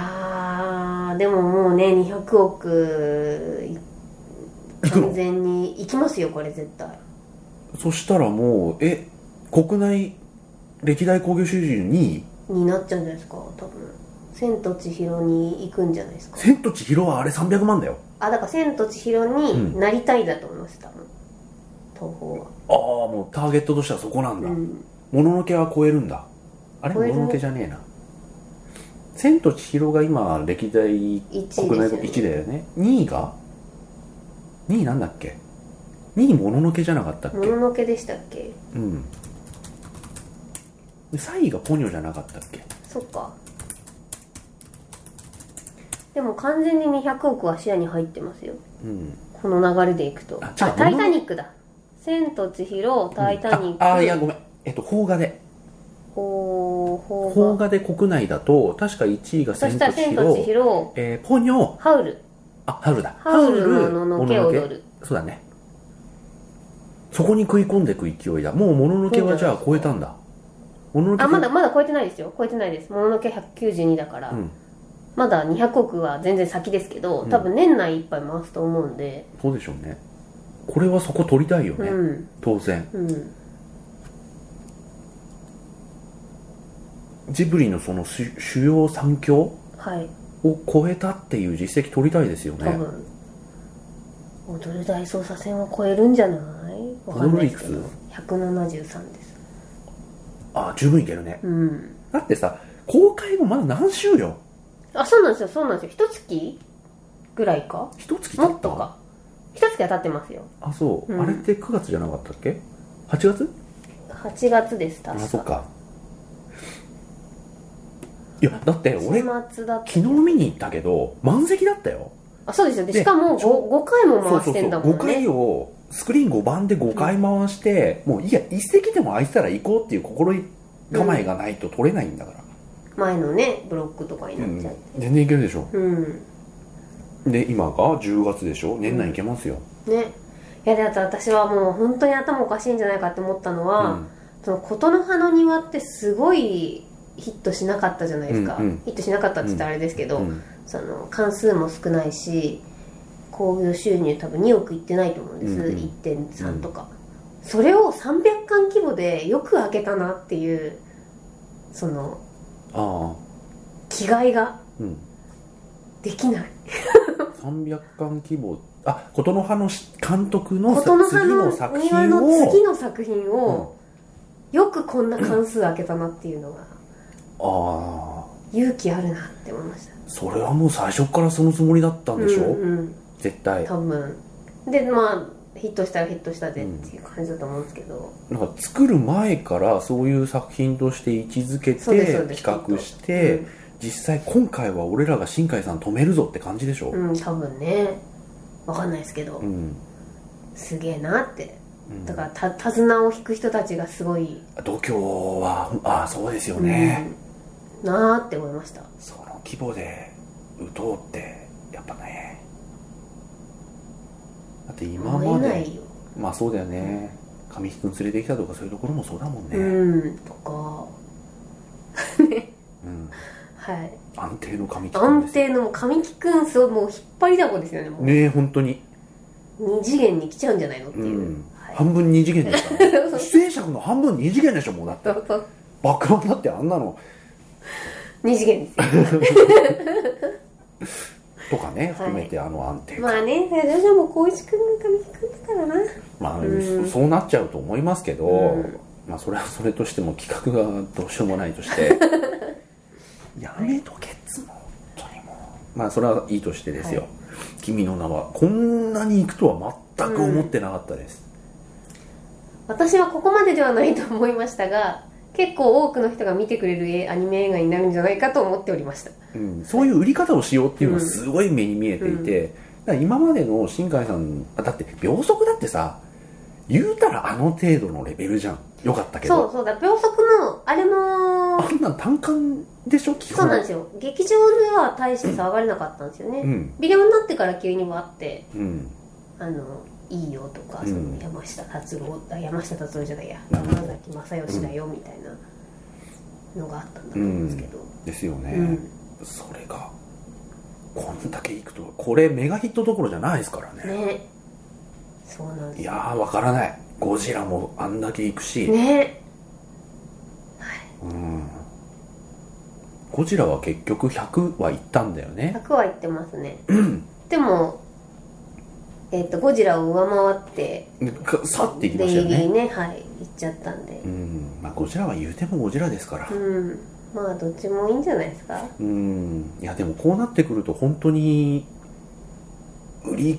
Speaker 2: ーでももうね200億い
Speaker 1: 行くの
Speaker 2: 完全に行きますよこれ絶対
Speaker 1: そしたらもうえ国内歴代興行収入2位
Speaker 2: になっちゃうんじゃないですか多分「千と千尋」に行くんじゃないです
Speaker 1: 「
Speaker 2: か
Speaker 1: 千と千尋」はあれ300万だよ
Speaker 2: あだから「千と千尋」になりたいだと思います多分東宝は
Speaker 1: ああもうターゲットとしてはそこなんだ、
Speaker 2: うん
Speaker 1: もののけは超えるんだあれ
Speaker 2: 超
Speaker 1: も
Speaker 2: える
Speaker 1: ののけじゃねえな「千と千尋」が今歴代
Speaker 2: 1
Speaker 1: 国内
Speaker 2: 位
Speaker 1: 1
Speaker 2: です
Speaker 1: 位
Speaker 2: よね
Speaker 1: だよね2位が2位なんだっけ2位もののけじゃなかったっけ
Speaker 2: もののけでしたっけ
Speaker 1: うんで3位がポニョじゃなかったっけ
Speaker 2: そっかでも完全に200億は視野に入ってますよ
Speaker 1: うん
Speaker 2: この流れでいくと
Speaker 1: あ
Speaker 2: あ
Speaker 1: 違う
Speaker 2: タイタニックだ「千と千尋」「タイタニック」
Speaker 1: ああーいやごめんえっと邦画で
Speaker 2: ほうほう
Speaker 1: 邦画で国内だと確か1位が
Speaker 2: そし
Speaker 1: 千と
Speaker 2: たら「
Speaker 1: 千
Speaker 2: 千と千
Speaker 1: 尋、
Speaker 2: 尋」
Speaker 1: えーポニョ
Speaker 2: 「ハウル」
Speaker 1: あハウルだ
Speaker 2: 「ハウルのののけ
Speaker 1: も
Speaker 2: 踊る
Speaker 1: そうだねそこに食い込んでいく勢いだもうもののけはじゃあ超えたんだものの」け
Speaker 2: あまだまだ超えてないですよ超えてないです「もののけ192」だから、
Speaker 1: うん
Speaker 2: まだ200億は全然先ですけど
Speaker 1: うん
Speaker 2: 多分年内いっぱい回すと思うんで
Speaker 1: そうでしょうねこれはそこ取りたいよね、
Speaker 2: うん
Speaker 1: 当然
Speaker 2: うん
Speaker 1: ジブリのその主主要3強
Speaker 2: はい
Speaker 1: を超えたっていう実績取りたいですよ
Speaker 2: 多
Speaker 1: ね
Speaker 2: 分、踊る大捜査線を超えるんじゃないわかんないですけ
Speaker 1: 踊
Speaker 2: ど
Speaker 1: る
Speaker 2: 173です
Speaker 1: ああ十分いけるね
Speaker 2: うん
Speaker 1: だってさ公開もまだ何週よ
Speaker 2: あそうなんですよそうなんですよ一月ぐらいか
Speaker 1: 一月経
Speaker 2: もっ
Speaker 1: った
Speaker 2: とか一月は経ってますよ
Speaker 1: あそう、
Speaker 2: うん
Speaker 1: あれって9月じゃなかったっけ8月
Speaker 2: 8月です
Speaker 1: あ
Speaker 2: 確か
Speaker 1: そっかいやだって俺
Speaker 2: 週末だっ
Speaker 1: 昨日見に行ったけど満席だったよ
Speaker 2: あそうですよで
Speaker 1: で
Speaker 2: しかも
Speaker 1: ちょ
Speaker 2: 5, 五回
Speaker 1: そ
Speaker 2: も
Speaker 1: う
Speaker 2: 回
Speaker 1: そ
Speaker 2: し
Speaker 1: う
Speaker 2: て
Speaker 1: そうん
Speaker 2: だもんね
Speaker 1: 5回をスクリーン5番で5回回して、もういいや一席でも空いてたら行こうっていう心構えがないと取れないんだから、
Speaker 2: 前のねブロックとかに
Speaker 1: う
Speaker 2: なっ
Speaker 1: ん
Speaker 2: ちゃう
Speaker 1: 全然いけるでしょ
Speaker 2: うん、
Speaker 1: で今が10月でしょ年内いけますよ、
Speaker 2: ねいやであと私はもう本当に頭おかしいんじゃないかって思ったの
Speaker 1: うん
Speaker 2: は、その琴の葉の庭ってすごいヒットしなかったじゃないですか、
Speaker 1: うんうん
Speaker 2: ヒットしなかったって言ったらあれですけど、
Speaker 1: うん
Speaker 2: その関数も少ないし興行収入多分2億いってないと思うんです、
Speaker 1: うんうん
Speaker 2: 1.3とか、それを300巻規模でよく開けたなっていうその
Speaker 1: ああ
Speaker 2: 気概が
Speaker 1: うん
Speaker 2: できない
Speaker 1: 300巻規模あ琴ノ葉のし監督の
Speaker 2: 琴の葉
Speaker 1: 次の
Speaker 2: の
Speaker 1: 作
Speaker 2: 庭
Speaker 1: 品を
Speaker 2: の次の作品
Speaker 1: うん
Speaker 2: をよくこんな関数開けたなっていうのが
Speaker 1: ああ
Speaker 2: 勇気あるなって思いました
Speaker 1: それはもう最初からそのつもりだったんでしょ、
Speaker 2: うんうん
Speaker 1: 絶対
Speaker 2: 多分でまあヒットしたらヒットしたでっていう感じだと思うんですけど、
Speaker 1: なんか作る前からそういう作品として位置づけ
Speaker 2: そうですそう
Speaker 1: て
Speaker 2: です
Speaker 1: 企画して、実際今回は俺らが新海さん止めるぞって感じでしょ
Speaker 2: うん、うん多分ねわかんないですけど、
Speaker 1: うん、
Speaker 2: すげえなって
Speaker 1: うん
Speaker 2: だからた手綱を引く人たちがすごい、
Speaker 1: 度胸はああそうですよね、
Speaker 2: うんなーって思いました
Speaker 1: その規模で打とうってやっぱねだって今
Speaker 2: 思
Speaker 1: ま
Speaker 2: えな
Speaker 1: で
Speaker 2: いよ、
Speaker 1: まあそうだよね神木君連れてきたとかそういうところもそうだもんね、
Speaker 2: うんとか
Speaker 1: うん
Speaker 2: はい
Speaker 1: 安定の神木君
Speaker 2: 安
Speaker 1: ですよ
Speaker 2: 定のもう神木くんすごいもう引っ張りだこですよねもう
Speaker 1: ねえ本当に
Speaker 2: 二次元に来ちゃうんじゃないのって
Speaker 1: う
Speaker 2: いう、
Speaker 1: ん
Speaker 2: はい
Speaker 1: 半分二次元です から出演者の半分二次元でしょもうだって
Speaker 2: そうそう
Speaker 1: 爆弾だってあんな の
Speaker 2: 二次元ですよ
Speaker 1: とかね含めてあの安定感、
Speaker 2: まあね徐々も光一くんが神木くんだからな
Speaker 1: まあ、
Speaker 2: うん
Speaker 1: そそうなっちゃうと思いますけど、
Speaker 2: うん
Speaker 1: まあそれはそれとしても企画がどうしようもないとして やめとけっつうの本当にもうまあそれはいいとしてですよ、
Speaker 2: はい
Speaker 1: 君の名はこんなに行くとは全く思ってなかったです、
Speaker 2: 私はここまでではないと思いましたが結構多くの人が見てくれるえアニメ映画になるんじゃないかと思っておりました
Speaker 1: うんそういう売り方をしようっていうのはすごい目に見えていて、だから今までの新海さんあだって秒速だってさ言うたらあの程度のレベルじゃんよかったけ
Speaker 2: そう
Speaker 1: ど
Speaker 2: そうだ秒速のあれも
Speaker 1: あんなん単管でしょ基本
Speaker 2: そうなんですよ劇場では大して騒がれなかったんですよね、
Speaker 1: うん
Speaker 2: ビデオになってから急にもあって
Speaker 1: うん
Speaker 2: あのいいよとか、
Speaker 1: うん
Speaker 2: その山下達郎あ山下達郎じゃないや
Speaker 1: うん
Speaker 2: 山崎正義だよみたいなのがあったんだと思うんですけど、
Speaker 1: ですよね、
Speaker 2: うん
Speaker 1: それがこんだけいくとはこれメガヒットどころじゃないですからね
Speaker 2: ねそうなんです
Speaker 1: い
Speaker 2: よ
Speaker 1: やーわからないゴジラもあんだけいくし、
Speaker 2: ね
Speaker 1: うんゴジラは結局100はいったんだよね
Speaker 2: 100は言ってますねでもえっ、とゴジラを上回って
Speaker 1: かさっていきま
Speaker 2: ギ
Speaker 1: した
Speaker 2: リ
Speaker 1: よ
Speaker 2: ギ
Speaker 1: ね
Speaker 2: リねはい行っちゃったんで
Speaker 1: うんまあゴジラは言うてもゴジラですから
Speaker 2: うんまあどっちもいいんじゃないですか
Speaker 1: うんいやでもこうなってくると本当に売り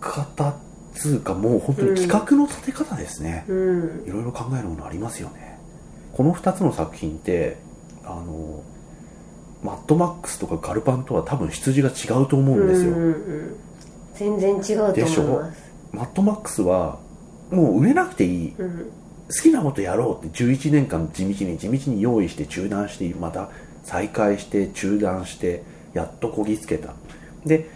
Speaker 1: 方っつうかもう本当に企画の立て方ですね、
Speaker 2: うん
Speaker 1: いろいろ考えるものありますよねこの2つの作品ってあのマッドマックスとかガルパンとは多分羊が違うと思うんですよ、
Speaker 2: んうんうん、全然違うと
Speaker 1: でし
Speaker 2: 思い
Speaker 1: ょ
Speaker 2: ます
Speaker 1: マッドマックスはもう売れなくていい
Speaker 2: うん
Speaker 1: 好きなことやろうって11年間地道に地道に用意して中断してまた再開して中断してやっとこぎつけたで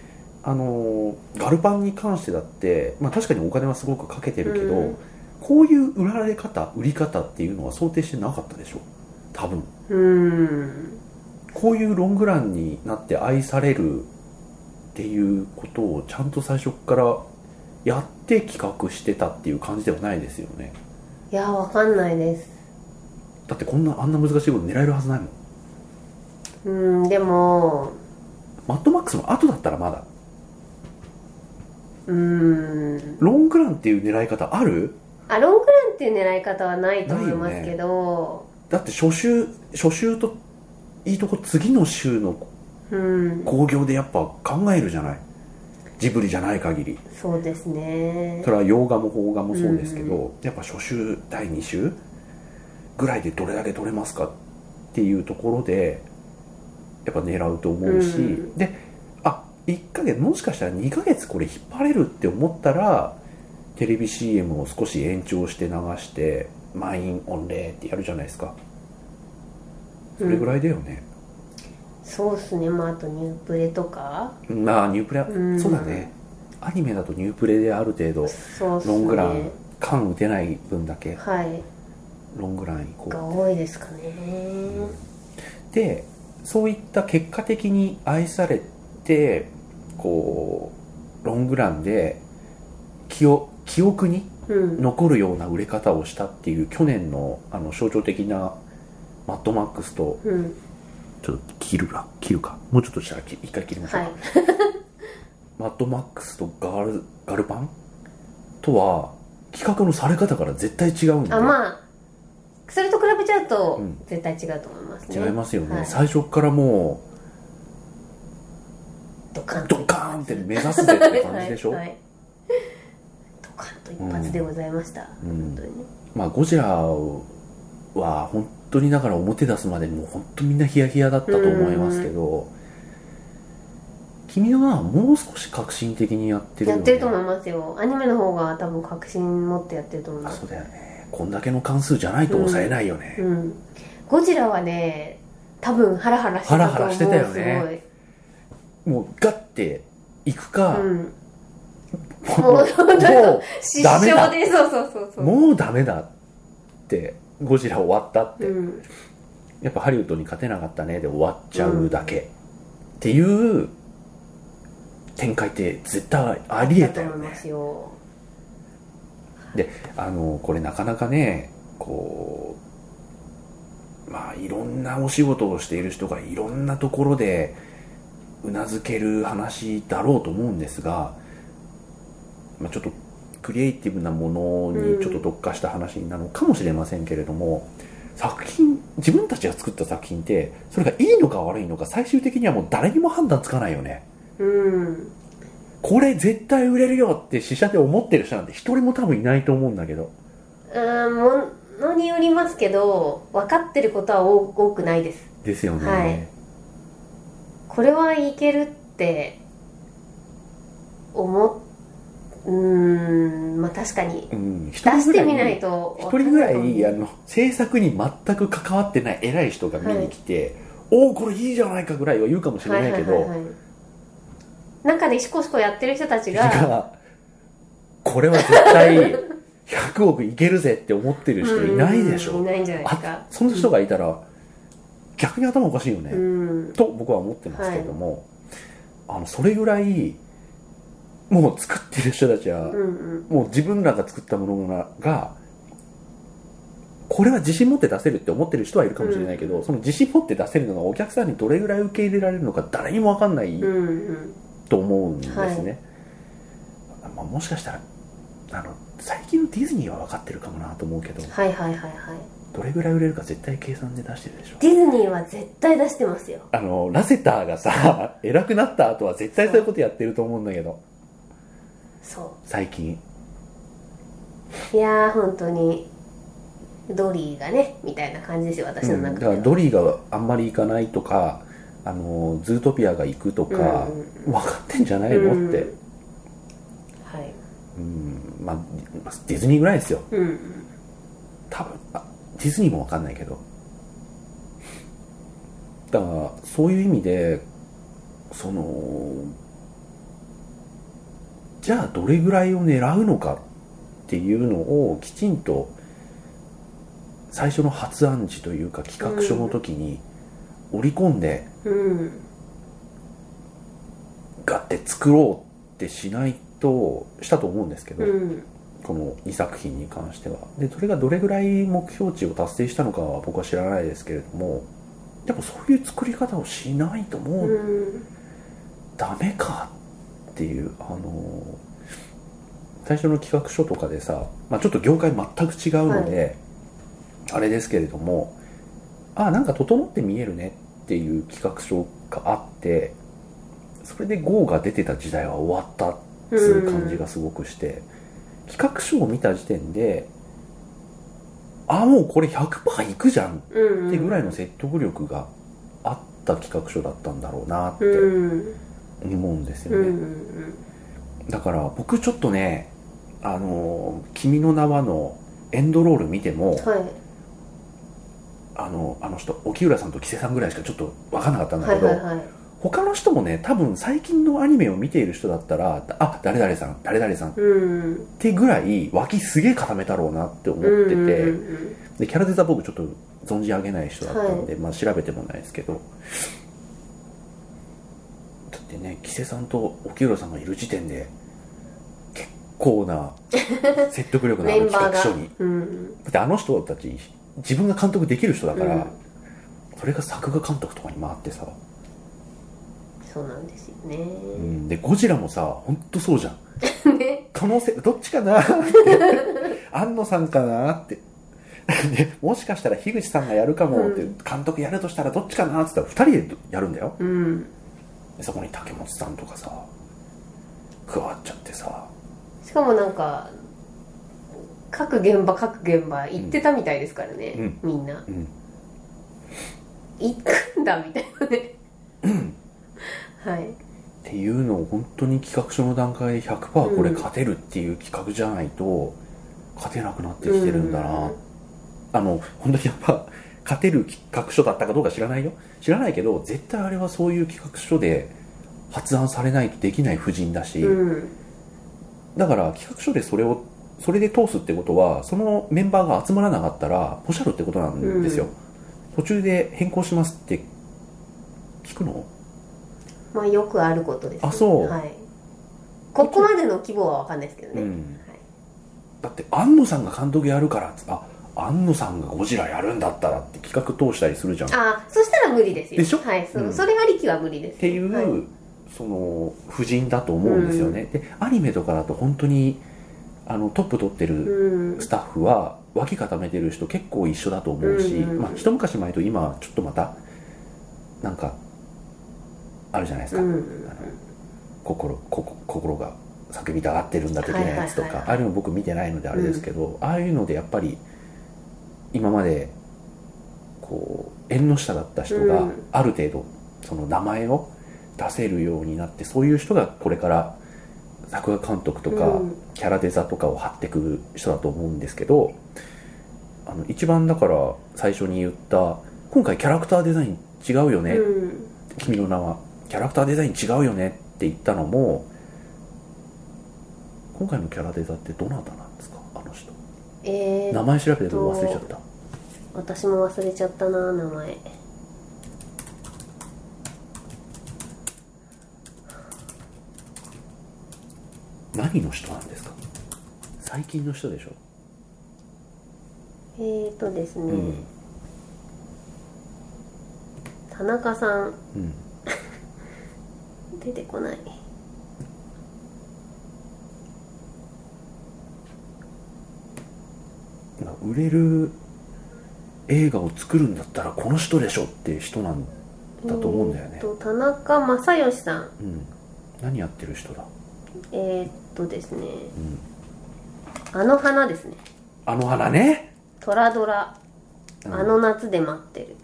Speaker 1: あのーガルパンに関してだって、まあ、確かにお金はすごくかけてるけど、
Speaker 2: うん
Speaker 1: こういう売られ方売り方っていうのは想定してなかったでしょ多分
Speaker 2: うん
Speaker 1: こういうロングランになって愛されるっていうことをちゃんと最初からやって企画してたっていう感じではないですよね
Speaker 2: いやわかんないです
Speaker 1: だってこんなあんな難しいこと狙えるはずないもん
Speaker 2: うんでも
Speaker 1: マッドマックスの後だったらまだ
Speaker 2: うん
Speaker 1: ロングランっていう狙い方ある
Speaker 2: あロングランっていう狙い方はないと思いますけど、
Speaker 1: だって初週初週といいとこ次の週の
Speaker 2: うん
Speaker 1: 興行でやっぱ考えるじゃないジブリじゃない限り
Speaker 2: そうですね
Speaker 1: それは洋画も邦画もそうですけど、やっぱ初週第2週ぐらいでどれだけ取れますかっていうところでやっぱ狙うと思うし、
Speaker 2: うん
Speaker 1: であ1ヶ月もしかしたら2ヶ月これ引っ張れるって思ったらテレビ CM を少し延長して流して満員御礼ってやるじゃないですかそれぐらいだよね、
Speaker 2: そうっすねまああとニュープレとか
Speaker 1: まあニュープレ、
Speaker 2: うん
Speaker 1: そうだねアニメだとニュープレである程度
Speaker 2: そうっすね
Speaker 1: ロングラン間打てない分だけ
Speaker 2: はい
Speaker 1: ロングラン行こう
Speaker 2: が多いですかね
Speaker 1: でそういった結果的に愛されてこうロングランで記憶記憶に
Speaker 2: うん
Speaker 1: 残るような売れ方をしたっていう去年のあの象徴的なマッドマックスと
Speaker 2: うん
Speaker 1: ちょっと切るか切るかもうちょっとしたら切一回切りましょう
Speaker 2: は
Speaker 1: か、
Speaker 2: い
Speaker 1: マッドマックスとガールガルパンとは企画のされ方から絶対違うんで
Speaker 2: あまあそれと比べちゃうと
Speaker 1: うん
Speaker 2: 絶対違うと思いますね、
Speaker 1: 違いますよね、
Speaker 2: はい
Speaker 1: 最初からもう
Speaker 2: ドカンと
Speaker 1: ドカーンって目指すぜって感じでしょ、
Speaker 2: はいはいドカンと一発でございました、
Speaker 1: うん
Speaker 2: 本当にね
Speaker 1: まあ、ゴジラは本当にだから表出すまでもう本当みんなヒヤヒヤだったと思いますけど君の名はもう少し革新的にやってるよ、
Speaker 2: や
Speaker 1: ね、
Speaker 2: ってると思いますよアニメの方が多分確信持ってやってると思い
Speaker 1: あ
Speaker 2: ます
Speaker 1: そうだよねこんだけの関数じゃないと抑えないよね、
Speaker 2: うんゴジラはね多分ハラハラしてたと思う
Speaker 1: ハラハラしてたよね
Speaker 2: すごい
Speaker 1: もうガッていくか、
Speaker 2: う
Speaker 1: も
Speaker 2: ん、
Speaker 1: う
Speaker 2: もう本当に
Speaker 1: も
Speaker 2: 失
Speaker 1: ダメだ
Speaker 2: 笑でそうそうそうそうう
Speaker 1: もうダメだってゴジラ終わったって、
Speaker 2: うん
Speaker 1: やっぱハリウッドに勝てなかったねで終わっちゃうだけ、っていう展開って絶対ありえ
Speaker 2: だと
Speaker 1: たよ
Speaker 2: 思いま
Speaker 1: ね
Speaker 2: すよ。
Speaker 1: であのこれなかなかねこうまあいろんなお仕事をしている人がいろんなところでうなずける話だろうと思うんですが、まあ、ちょっとクリエイティブなもの
Speaker 2: う
Speaker 1: に
Speaker 2: ん
Speaker 1: ちょっと特化した話なのかもしれませんけれども、作品自分たちが作った作品ってそれがいいのか悪いのか最終的にはもう誰にも判断つかないよね
Speaker 2: うん。
Speaker 1: これ絶対売れるよって試写で思ってる人なんて一人も多分いないと思うんだけど
Speaker 2: うん、ものによりますけど、分かってることは多多くないです。
Speaker 1: ですよね、
Speaker 2: はいこれはいけるって、思っ、うん、まあ確かに。
Speaker 1: うん、一
Speaker 2: 出
Speaker 1: 人
Speaker 2: し
Speaker 1: ぐ
Speaker 2: て
Speaker 1: らい
Speaker 2: みないと
Speaker 1: 一人ぐら
Speaker 2: 分
Speaker 1: い
Speaker 2: か
Speaker 1: あ
Speaker 2: んなと思う
Speaker 1: の制作に全く関わってない偉い人が見に来て、おおこれいいじゃないかぐらいは言うかもしれないけど、
Speaker 2: はいはいはいはい中でシコシコやってる人たちが、
Speaker 1: がこれは絶対100億いけるぜって思ってる人いないでしょ、
Speaker 2: うんいないんじゃないです
Speaker 1: あ
Speaker 2: か。
Speaker 1: そんな人がいたら、逆に頭おかしいよね、
Speaker 2: うん。
Speaker 1: と僕は思ってますけれども、あのそれぐらいもう作ってる人たちは、
Speaker 2: うんうん。
Speaker 1: もう自分らが作ったものがこれは自信持って出せるって思ってる人はいるかもしれないけど、
Speaker 2: うん
Speaker 1: その自信持って出せるのがお客さんにどれぐらい受け入れられるのか誰にも分かんない
Speaker 2: うんうん。
Speaker 1: と思うんですね、まあ、もしかしたらあの最近のディズニーは分かってるかもなと思うけど
Speaker 2: はいはいはいはい。
Speaker 1: どれぐらい売れるか絶対計算で出してるでしょ
Speaker 2: ディズニーは絶対出してますよ。
Speaker 1: あのラセターがさ偉くなった後は絶対そういうことやってると思うんだけど
Speaker 2: そ
Speaker 1: 最近
Speaker 2: う。いやー、本当に、ドリーがね、みたいな感じですよ、私の
Speaker 1: うん、
Speaker 2: 中
Speaker 1: だ
Speaker 2: で
Speaker 1: か
Speaker 2: は。
Speaker 1: らドリーがあんまり行かないとかあのズートピアが行くとか、
Speaker 2: うんうん
Speaker 1: 分かってんじゃないの、って、
Speaker 2: うんはい。
Speaker 1: うんまあ、ディまあディズニーぐらいですよ
Speaker 2: うんうん。
Speaker 1: 多分あディズニーも分かんないけどだからそういう意味でそのじゃあどれぐらいを狙うのかっていうのをきちんと最初の発案時というか企画書の時に織り込んで
Speaker 2: うん。
Speaker 1: ガッて作ろうってしないとしたと思うんですけど、
Speaker 2: うん。
Speaker 1: この2作品に関してはでそれがどれぐらい目標値を達成したのかは僕は知らないですけれどもでもそういう作り方をしないともう
Speaker 2: うん。
Speaker 1: ダメかっていう、あの最初の企画書とかでさ、まあ、ちょっと業界全く違うので、あれですけれどもあなんか整って見えるねっていう企画書があってそれで GO が出てた時代は終わったっていう感じがすごくして、企画書を見た時点であもうこれ100%いくじゃん
Speaker 2: うん。
Speaker 1: ってぐらいの説得力があった企画書だったんだろうなって
Speaker 2: うん。
Speaker 1: 思うんです
Speaker 2: う
Speaker 1: よ
Speaker 2: ん
Speaker 1: ね、
Speaker 2: うん
Speaker 1: だから僕ちょっとねあの「君の名は」のエンドロール見ても
Speaker 2: うん。はい。
Speaker 1: あのあの人沖浦さんと木瀬さんぐらいしかちょっと分かんなかったんだ
Speaker 2: は
Speaker 1: け
Speaker 2: い
Speaker 1: ど、
Speaker 2: はいはい。
Speaker 1: 他の人もね多分最近のアニメを見ている人だったらあ誰々さん誰々さんっ
Speaker 2: うん。
Speaker 1: てぐらい脇すげえ固めたろうなって思ってて、
Speaker 2: うんうん
Speaker 1: でキャラデザ僕ちょっと存じ上げない人だったんで、まあ、調べてもないですけどだってね木瀬さんと沖浦さんがいる時点で結構 な説得
Speaker 2: う
Speaker 1: 力
Speaker 2: ん。
Speaker 1: のあ
Speaker 2: メ
Speaker 1: る
Speaker 2: ンバー
Speaker 1: 企画
Speaker 2: が
Speaker 1: 書に。
Speaker 2: うん。
Speaker 1: だってあの人たち自分が監督できる人だから、
Speaker 2: うん
Speaker 1: それが作画監督とかに回ってさ、
Speaker 2: そうなんですよ
Speaker 1: う
Speaker 2: ね。
Speaker 1: ん、でゴジラもさほんとそうじゃん
Speaker 2: ね。
Speaker 1: 可能性どっちか なって庵野さんかなって でもしかしたら樋口さんがやるかもって、
Speaker 2: うん
Speaker 1: 監督やるとしたらどっちかなって言ったら2人でやるんだよ
Speaker 2: うん。
Speaker 1: でそこに竹本さんとかさ加わっちゃってさ
Speaker 2: しかもなんか各現場各現場行ってたみたいですからね、
Speaker 1: うん
Speaker 2: みんな
Speaker 1: うん
Speaker 2: 行くんだみたいなねはい
Speaker 1: っていうのを本当に企画書の段階で100%これ勝てるっていう企画じゃないと勝てなくなってきてるんだな、
Speaker 2: うん
Speaker 1: あの本当にやっぱ勝てる企画書だったかどうか知らないよ知らないけど絶対あれはそういう企画書で発案されないとできない布陣だし、
Speaker 2: うん
Speaker 1: だから企画書でそれをそれで通すってことはそのメンバーが集まらなかったらポシャるってことなんですよ、
Speaker 2: うん
Speaker 1: 途中で変更しますって聞くの
Speaker 2: まあよくあることです、
Speaker 1: あそう
Speaker 2: はいここまでの規模は分かんないですけどね、
Speaker 1: うん
Speaker 2: はい
Speaker 1: だって安野さんが監督やるからっつあ安野さんがゴジラやるんだったらって企画通したりするじゃんっ
Speaker 2: ああそしたら無理ですよ
Speaker 1: でしょ
Speaker 2: はいそ,、
Speaker 1: うん
Speaker 2: それありきは無理です
Speaker 1: てい
Speaker 2: は
Speaker 1: う、その布陣だと思うんですよね、でアニメとかだと本当にあのトップ取ってる
Speaker 2: うん
Speaker 1: スタッフは脇固めてる人結構一緒だと思うし、
Speaker 2: うんうんうん
Speaker 1: まあ、一昔前と今はちょっとまたなんかあるじゃないです
Speaker 2: う
Speaker 1: か、
Speaker 2: ん
Speaker 1: あの心ここ心が叫びたがってるんだ的なやつとか、
Speaker 2: はいはいはいはい
Speaker 1: ああいうの僕見てないのであれですけど、ああいうのでやっぱり今までこう縁の下だった人
Speaker 2: う
Speaker 1: が
Speaker 2: ん
Speaker 1: ある程度その名前を出せるようになってそういう人がこれから作画監督とか、
Speaker 2: うん
Speaker 1: キャラデザとかを張ってく人だと思うんですけどあの一番だから最初に言った今回キャラクターデザイン違うよね、
Speaker 2: うん
Speaker 1: 君の名はキャラクターデザイン違うよねって言ったのも今回のキャラデザってどなたなんですかあの人
Speaker 2: え
Speaker 1: 名
Speaker 2: ー、
Speaker 1: 前調べてるの忘れちゃった
Speaker 2: 私も忘れちゃったな名前
Speaker 1: 何の人なんですか最近の人でしょ
Speaker 2: えーとですね、
Speaker 1: うん
Speaker 2: 田中さん
Speaker 1: うん
Speaker 2: 出てこない
Speaker 1: 今売れる映画を作るんだったらこの人でしょっていう人なんだと思うんだよ
Speaker 2: えー
Speaker 1: ね
Speaker 2: と田中正義さん
Speaker 1: うん何やってる人だ
Speaker 2: えー、っとですね、
Speaker 1: ん
Speaker 2: あの花ですね
Speaker 1: あの花ね
Speaker 2: トラドラ、
Speaker 1: うん
Speaker 2: あの夏で待ってる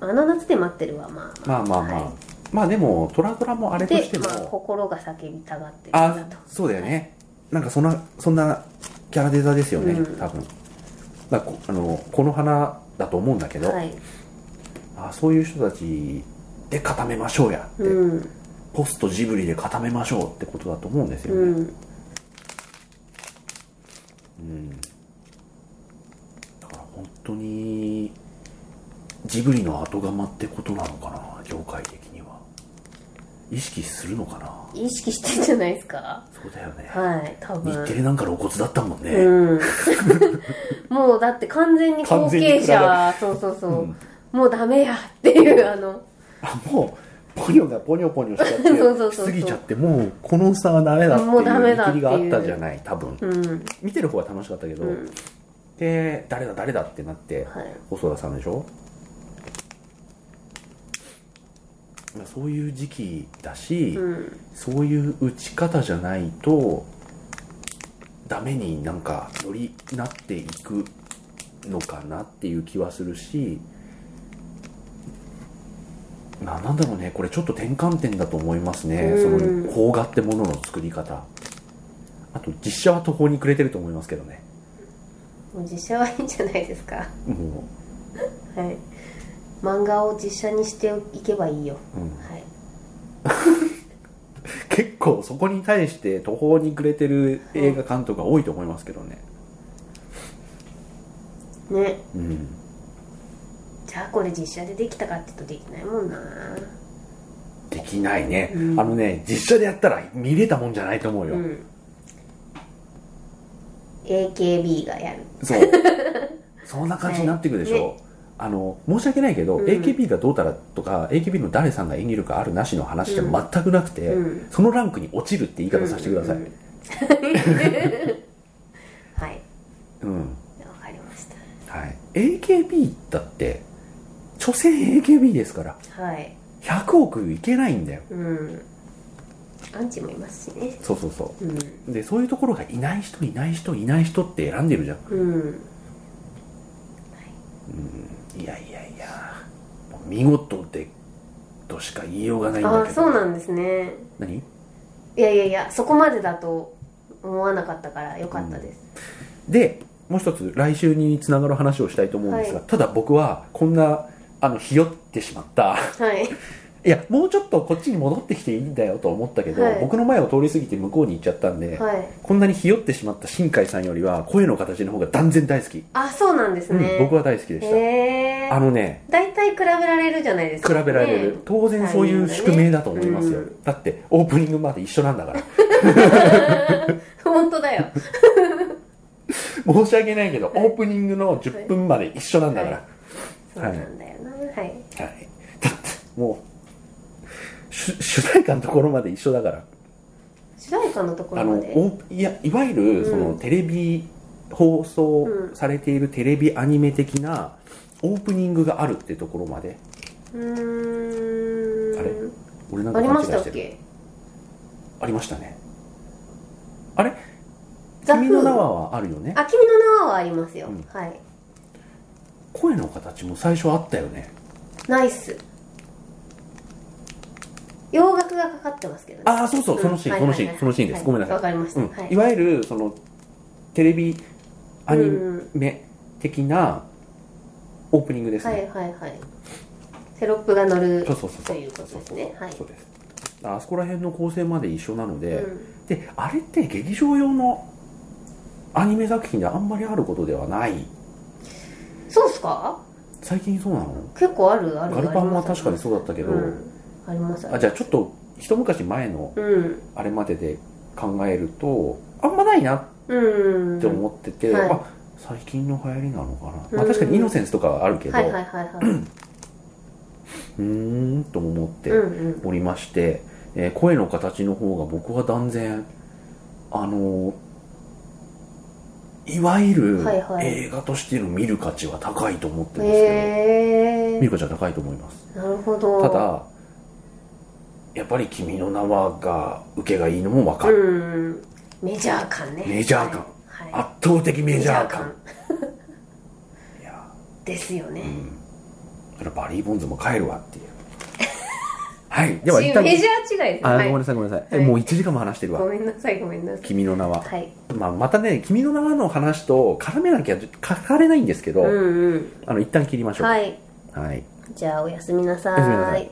Speaker 2: あの夏で待ってるはまあ
Speaker 1: まあまあまあ、
Speaker 2: は
Speaker 1: まあでもトラドラもあれと
Speaker 2: で
Speaker 1: して、も
Speaker 2: まあ、心が叫びたがってる
Speaker 1: あ
Speaker 2: んだと
Speaker 1: そうだよね、なんかそんなそんなキャラデザですよね、
Speaker 2: うん
Speaker 1: 多分だからこあのこの花だと思うんだけど、
Speaker 2: はい、
Speaker 1: あそういう人たちで固めましょうやって、
Speaker 2: うん
Speaker 1: ポストジブリで固めましょうってことだと思うんですよね、
Speaker 2: うん
Speaker 1: だから本当にジブリの後釜ってことなのかな業界的には意識するのかな
Speaker 2: 意識してんじゃないですか
Speaker 1: そうだよね、
Speaker 2: はい多分
Speaker 1: 日テレなんか露骨だったもんね、
Speaker 2: うん、 もうだって完全に後継者そうそうそう、
Speaker 1: うん
Speaker 2: もうダメやっていうあの
Speaker 1: あもうポニョがポニョポニョしちゃって
Speaker 2: そうそうそうそう
Speaker 1: 過ぎちゃってもうこのおっさんはダメだっていう
Speaker 2: もうダメだっていう
Speaker 1: 見切りがあったじゃない多分、
Speaker 2: うん
Speaker 1: 見てる方は楽しかったけど、
Speaker 2: うん
Speaker 1: で誰だ誰だってなって、
Speaker 2: はい
Speaker 1: 細田さんでしょまあそういう時期だし、
Speaker 2: うん
Speaker 1: そういう打ち方じゃないとダメになんかよりなっていくのかなっていう気はするしななんだろうねこれちょっと転換点だと思いますね、
Speaker 2: うん
Speaker 1: その邦画ってものの作り方あと実写は途方に暮れてると思いますけどね
Speaker 2: もう実写はいいんじゃないですか
Speaker 1: も
Speaker 2: はい漫画を実写にしていけばいいよ
Speaker 1: う、うん
Speaker 2: はい
Speaker 1: 結構そこに対して途方に暮れてる映画監督が多いと思いますけどね、
Speaker 2: ね
Speaker 1: うん、
Speaker 2: じゃあこれ実写でできたかって言うとできないもんな
Speaker 1: できないね、
Speaker 2: うん
Speaker 1: あのね実写でやったら見れたもんじゃないと思うよ、
Speaker 2: うん AKB がやる
Speaker 1: そう そんな感じになっていくでしょ、
Speaker 2: ね
Speaker 1: あの申し訳ないけど、
Speaker 2: うん
Speaker 1: AKB がどうたらとか AKB の誰さんが演技力あるなしの話じゃ
Speaker 2: うん
Speaker 1: 全くなくて、
Speaker 2: うん
Speaker 1: そのランクに落ちるって言い方させてください、
Speaker 2: う
Speaker 1: うんん
Speaker 2: うん うんはいわかりまし
Speaker 1: はい、AKB だって所詮 AKB ですから
Speaker 2: たはい
Speaker 1: 100億いけないんだよ
Speaker 2: うんアンチもいますしね
Speaker 1: そうそうそう
Speaker 2: うん
Speaker 1: でそういうところがいない人いない人いない人って選んでるじゃん
Speaker 2: うん
Speaker 1: いやいやいやもう見事でとしか言いようがないんだ
Speaker 2: あ
Speaker 1: け
Speaker 2: あ
Speaker 1: ど
Speaker 2: そうなんですね
Speaker 1: 何
Speaker 2: いやいやいやそこまでだと思わなかったからよかったです、
Speaker 1: でもう一つ来週につながる話をしたいと思うんですが、
Speaker 2: は
Speaker 1: ただ僕はこんなあのひよってしまった
Speaker 2: はい
Speaker 1: いやもうちょっとこっちに戻ってきていいんだよと思ったけど、
Speaker 2: はい
Speaker 1: 僕の前を通り過ぎて向こうに行っちゃったんで、
Speaker 2: はい
Speaker 1: こんなにひよってしまった新海さんよりは声の形の方が断然大好き、
Speaker 2: あそうなんです
Speaker 1: うん
Speaker 2: ね、
Speaker 1: 僕は大好きでした、
Speaker 2: へえ
Speaker 1: あのね
Speaker 2: 大体比べられるじゃないです
Speaker 1: 比
Speaker 2: か、
Speaker 1: べられる、
Speaker 2: ね
Speaker 1: 当然そういう宿命だと思いますよ、
Speaker 2: うん
Speaker 1: だってオープニングまで一緒なんだから
Speaker 2: 本当だよ。
Speaker 1: 申し訳ないけど、オープニングの10分まで一緒なんだから。
Speaker 2: そうなんだよな。はい。
Speaker 1: はい。だって、もう、主主題歌のところまで一緒だから。
Speaker 2: 主題歌のとこ
Speaker 1: あ
Speaker 2: ろ
Speaker 1: の
Speaker 2: まで。
Speaker 1: おいやいわゆるその、
Speaker 2: うん
Speaker 1: テレビ放送
Speaker 2: うん
Speaker 1: されているテレビアニメ的なオープニングがあるってところまで
Speaker 2: うーん。
Speaker 1: あれ俺なんか
Speaker 2: あり
Speaker 1: 勘違
Speaker 2: ま
Speaker 1: い
Speaker 2: したっ
Speaker 1: してる
Speaker 2: け
Speaker 1: ありましたねあれ「
Speaker 2: ザ・
Speaker 1: 君の名
Speaker 2: フー。
Speaker 1: は」はあるよね
Speaker 2: あ、君の名ははありますよ
Speaker 1: うん。
Speaker 2: はい。
Speaker 1: 声の形も最初あったよね
Speaker 2: ナイス。洋楽がかかってますけどね。
Speaker 1: ああそうそううんそのシーン、そ
Speaker 2: はいはい
Speaker 1: のシ
Speaker 2: はい
Speaker 1: ーンそのシーンです、
Speaker 2: は
Speaker 1: ごめんなさい
Speaker 2: わかりました。
Speaker 1: うん
Speaker 2: はい
Speaker 1: い、わゆるそのテレビアニ
Speaker 2: うん
Speaker 1: メ的なオープニングです
Speaker 2: は
Speaker 1: ね、
Speaker 2: いはいはい。テロップが乗る
Speaker 1: そうそうそうそ
Speaker 2: と
Speaker 1: う
Speaker 2: いうことですね。はい。
Speaker 1: そうですあそこら辺の構成まで一緒なので、
Speaker 2: うん
Speaker 1: であれって劇場用のアニメ作品であんまりあることではない
Speaker 2: そうっすか
Speaker 1: 最近そうなの
Speaker 2: 結構あるある
Speaker 1: ガルパンは確かに
Speaker 2: そ
Speaker 1: そうだったけど、
Speaker 2: うん、あります
Speaker 1: あじゃあちょっと一昔前の
Speaker 2: うん
Speaker 1: あれまでで考えるとあんまないなっ
Speaker 2: うん
Speaker 1: て思ってて、
Speaker 2: うんはい
Speaker 1: あ最近の流行りなのかな、ま
Speaker 2: う
Speaker 1: あ、
Speaker 2: ん
Speaker 1: 確かにイノセンスとかはあるけど、
Speaker 2: はいはいはいはいう
Speaker 1: ーんとも思って
Speaker 2: うんうん
Speaker 1: おりまして、えー声の形の方が僕は断然あのーいわゆる
Speaker 2: はいはい
Speaker 1: 映画としての見る価値は高いと思ってますけど、
Speaker 2: へえ
Speaker 1: 見る価値は高いと思います
Speaker 2: なるほど
Speaker 1: ただやっぱり「君の名は」が受けがいいのも分かる、
Speaker 2: うんメジャー感ね
Speaker 1: メジャー感
Speaker 2: はい、はい
Speaker 1: 圧倒的メ
Speaker 2: メ
Speaker 1: ジ
Speaker 2: ジ
Speaker 1: ャ
Speaker 2: ャ
Speaker 1: ー
Speaker 2: ー
Speaker 1: 感
Speaker 2: 感
Speaker 1: いや
Speaker 2: ですよね、
Speaker 1: うんそれバリー・ボンズも帰るわ っていうはいでは一旦
Speaker 2: メジャー違いです
Speaker 1: あごめん
Speaker 2: は
Speaker 1: なさいごめんなさい、え
Speaker 2: はい
Speaker 1: もう1時間も話してる
Speaker 2: い、
Speaker 1: わ
Speaker 2: ごめんなさいごめんなさい
Speaker 1: 君の名は、
Speaker 2: はい
Speaker 1: まあ、またね「君の名は」の話と絡めなきゃ書かれないんですけど、
Speaker 2: うんうん
Speaker 1: あの一旦切りましょう
Speaker 2: はい
Speaker 1: はい
Speaker 2: じゃあおやすみなさ
Speaker 1: おやすみなさ
Speaker 2: い
Speaker 1: い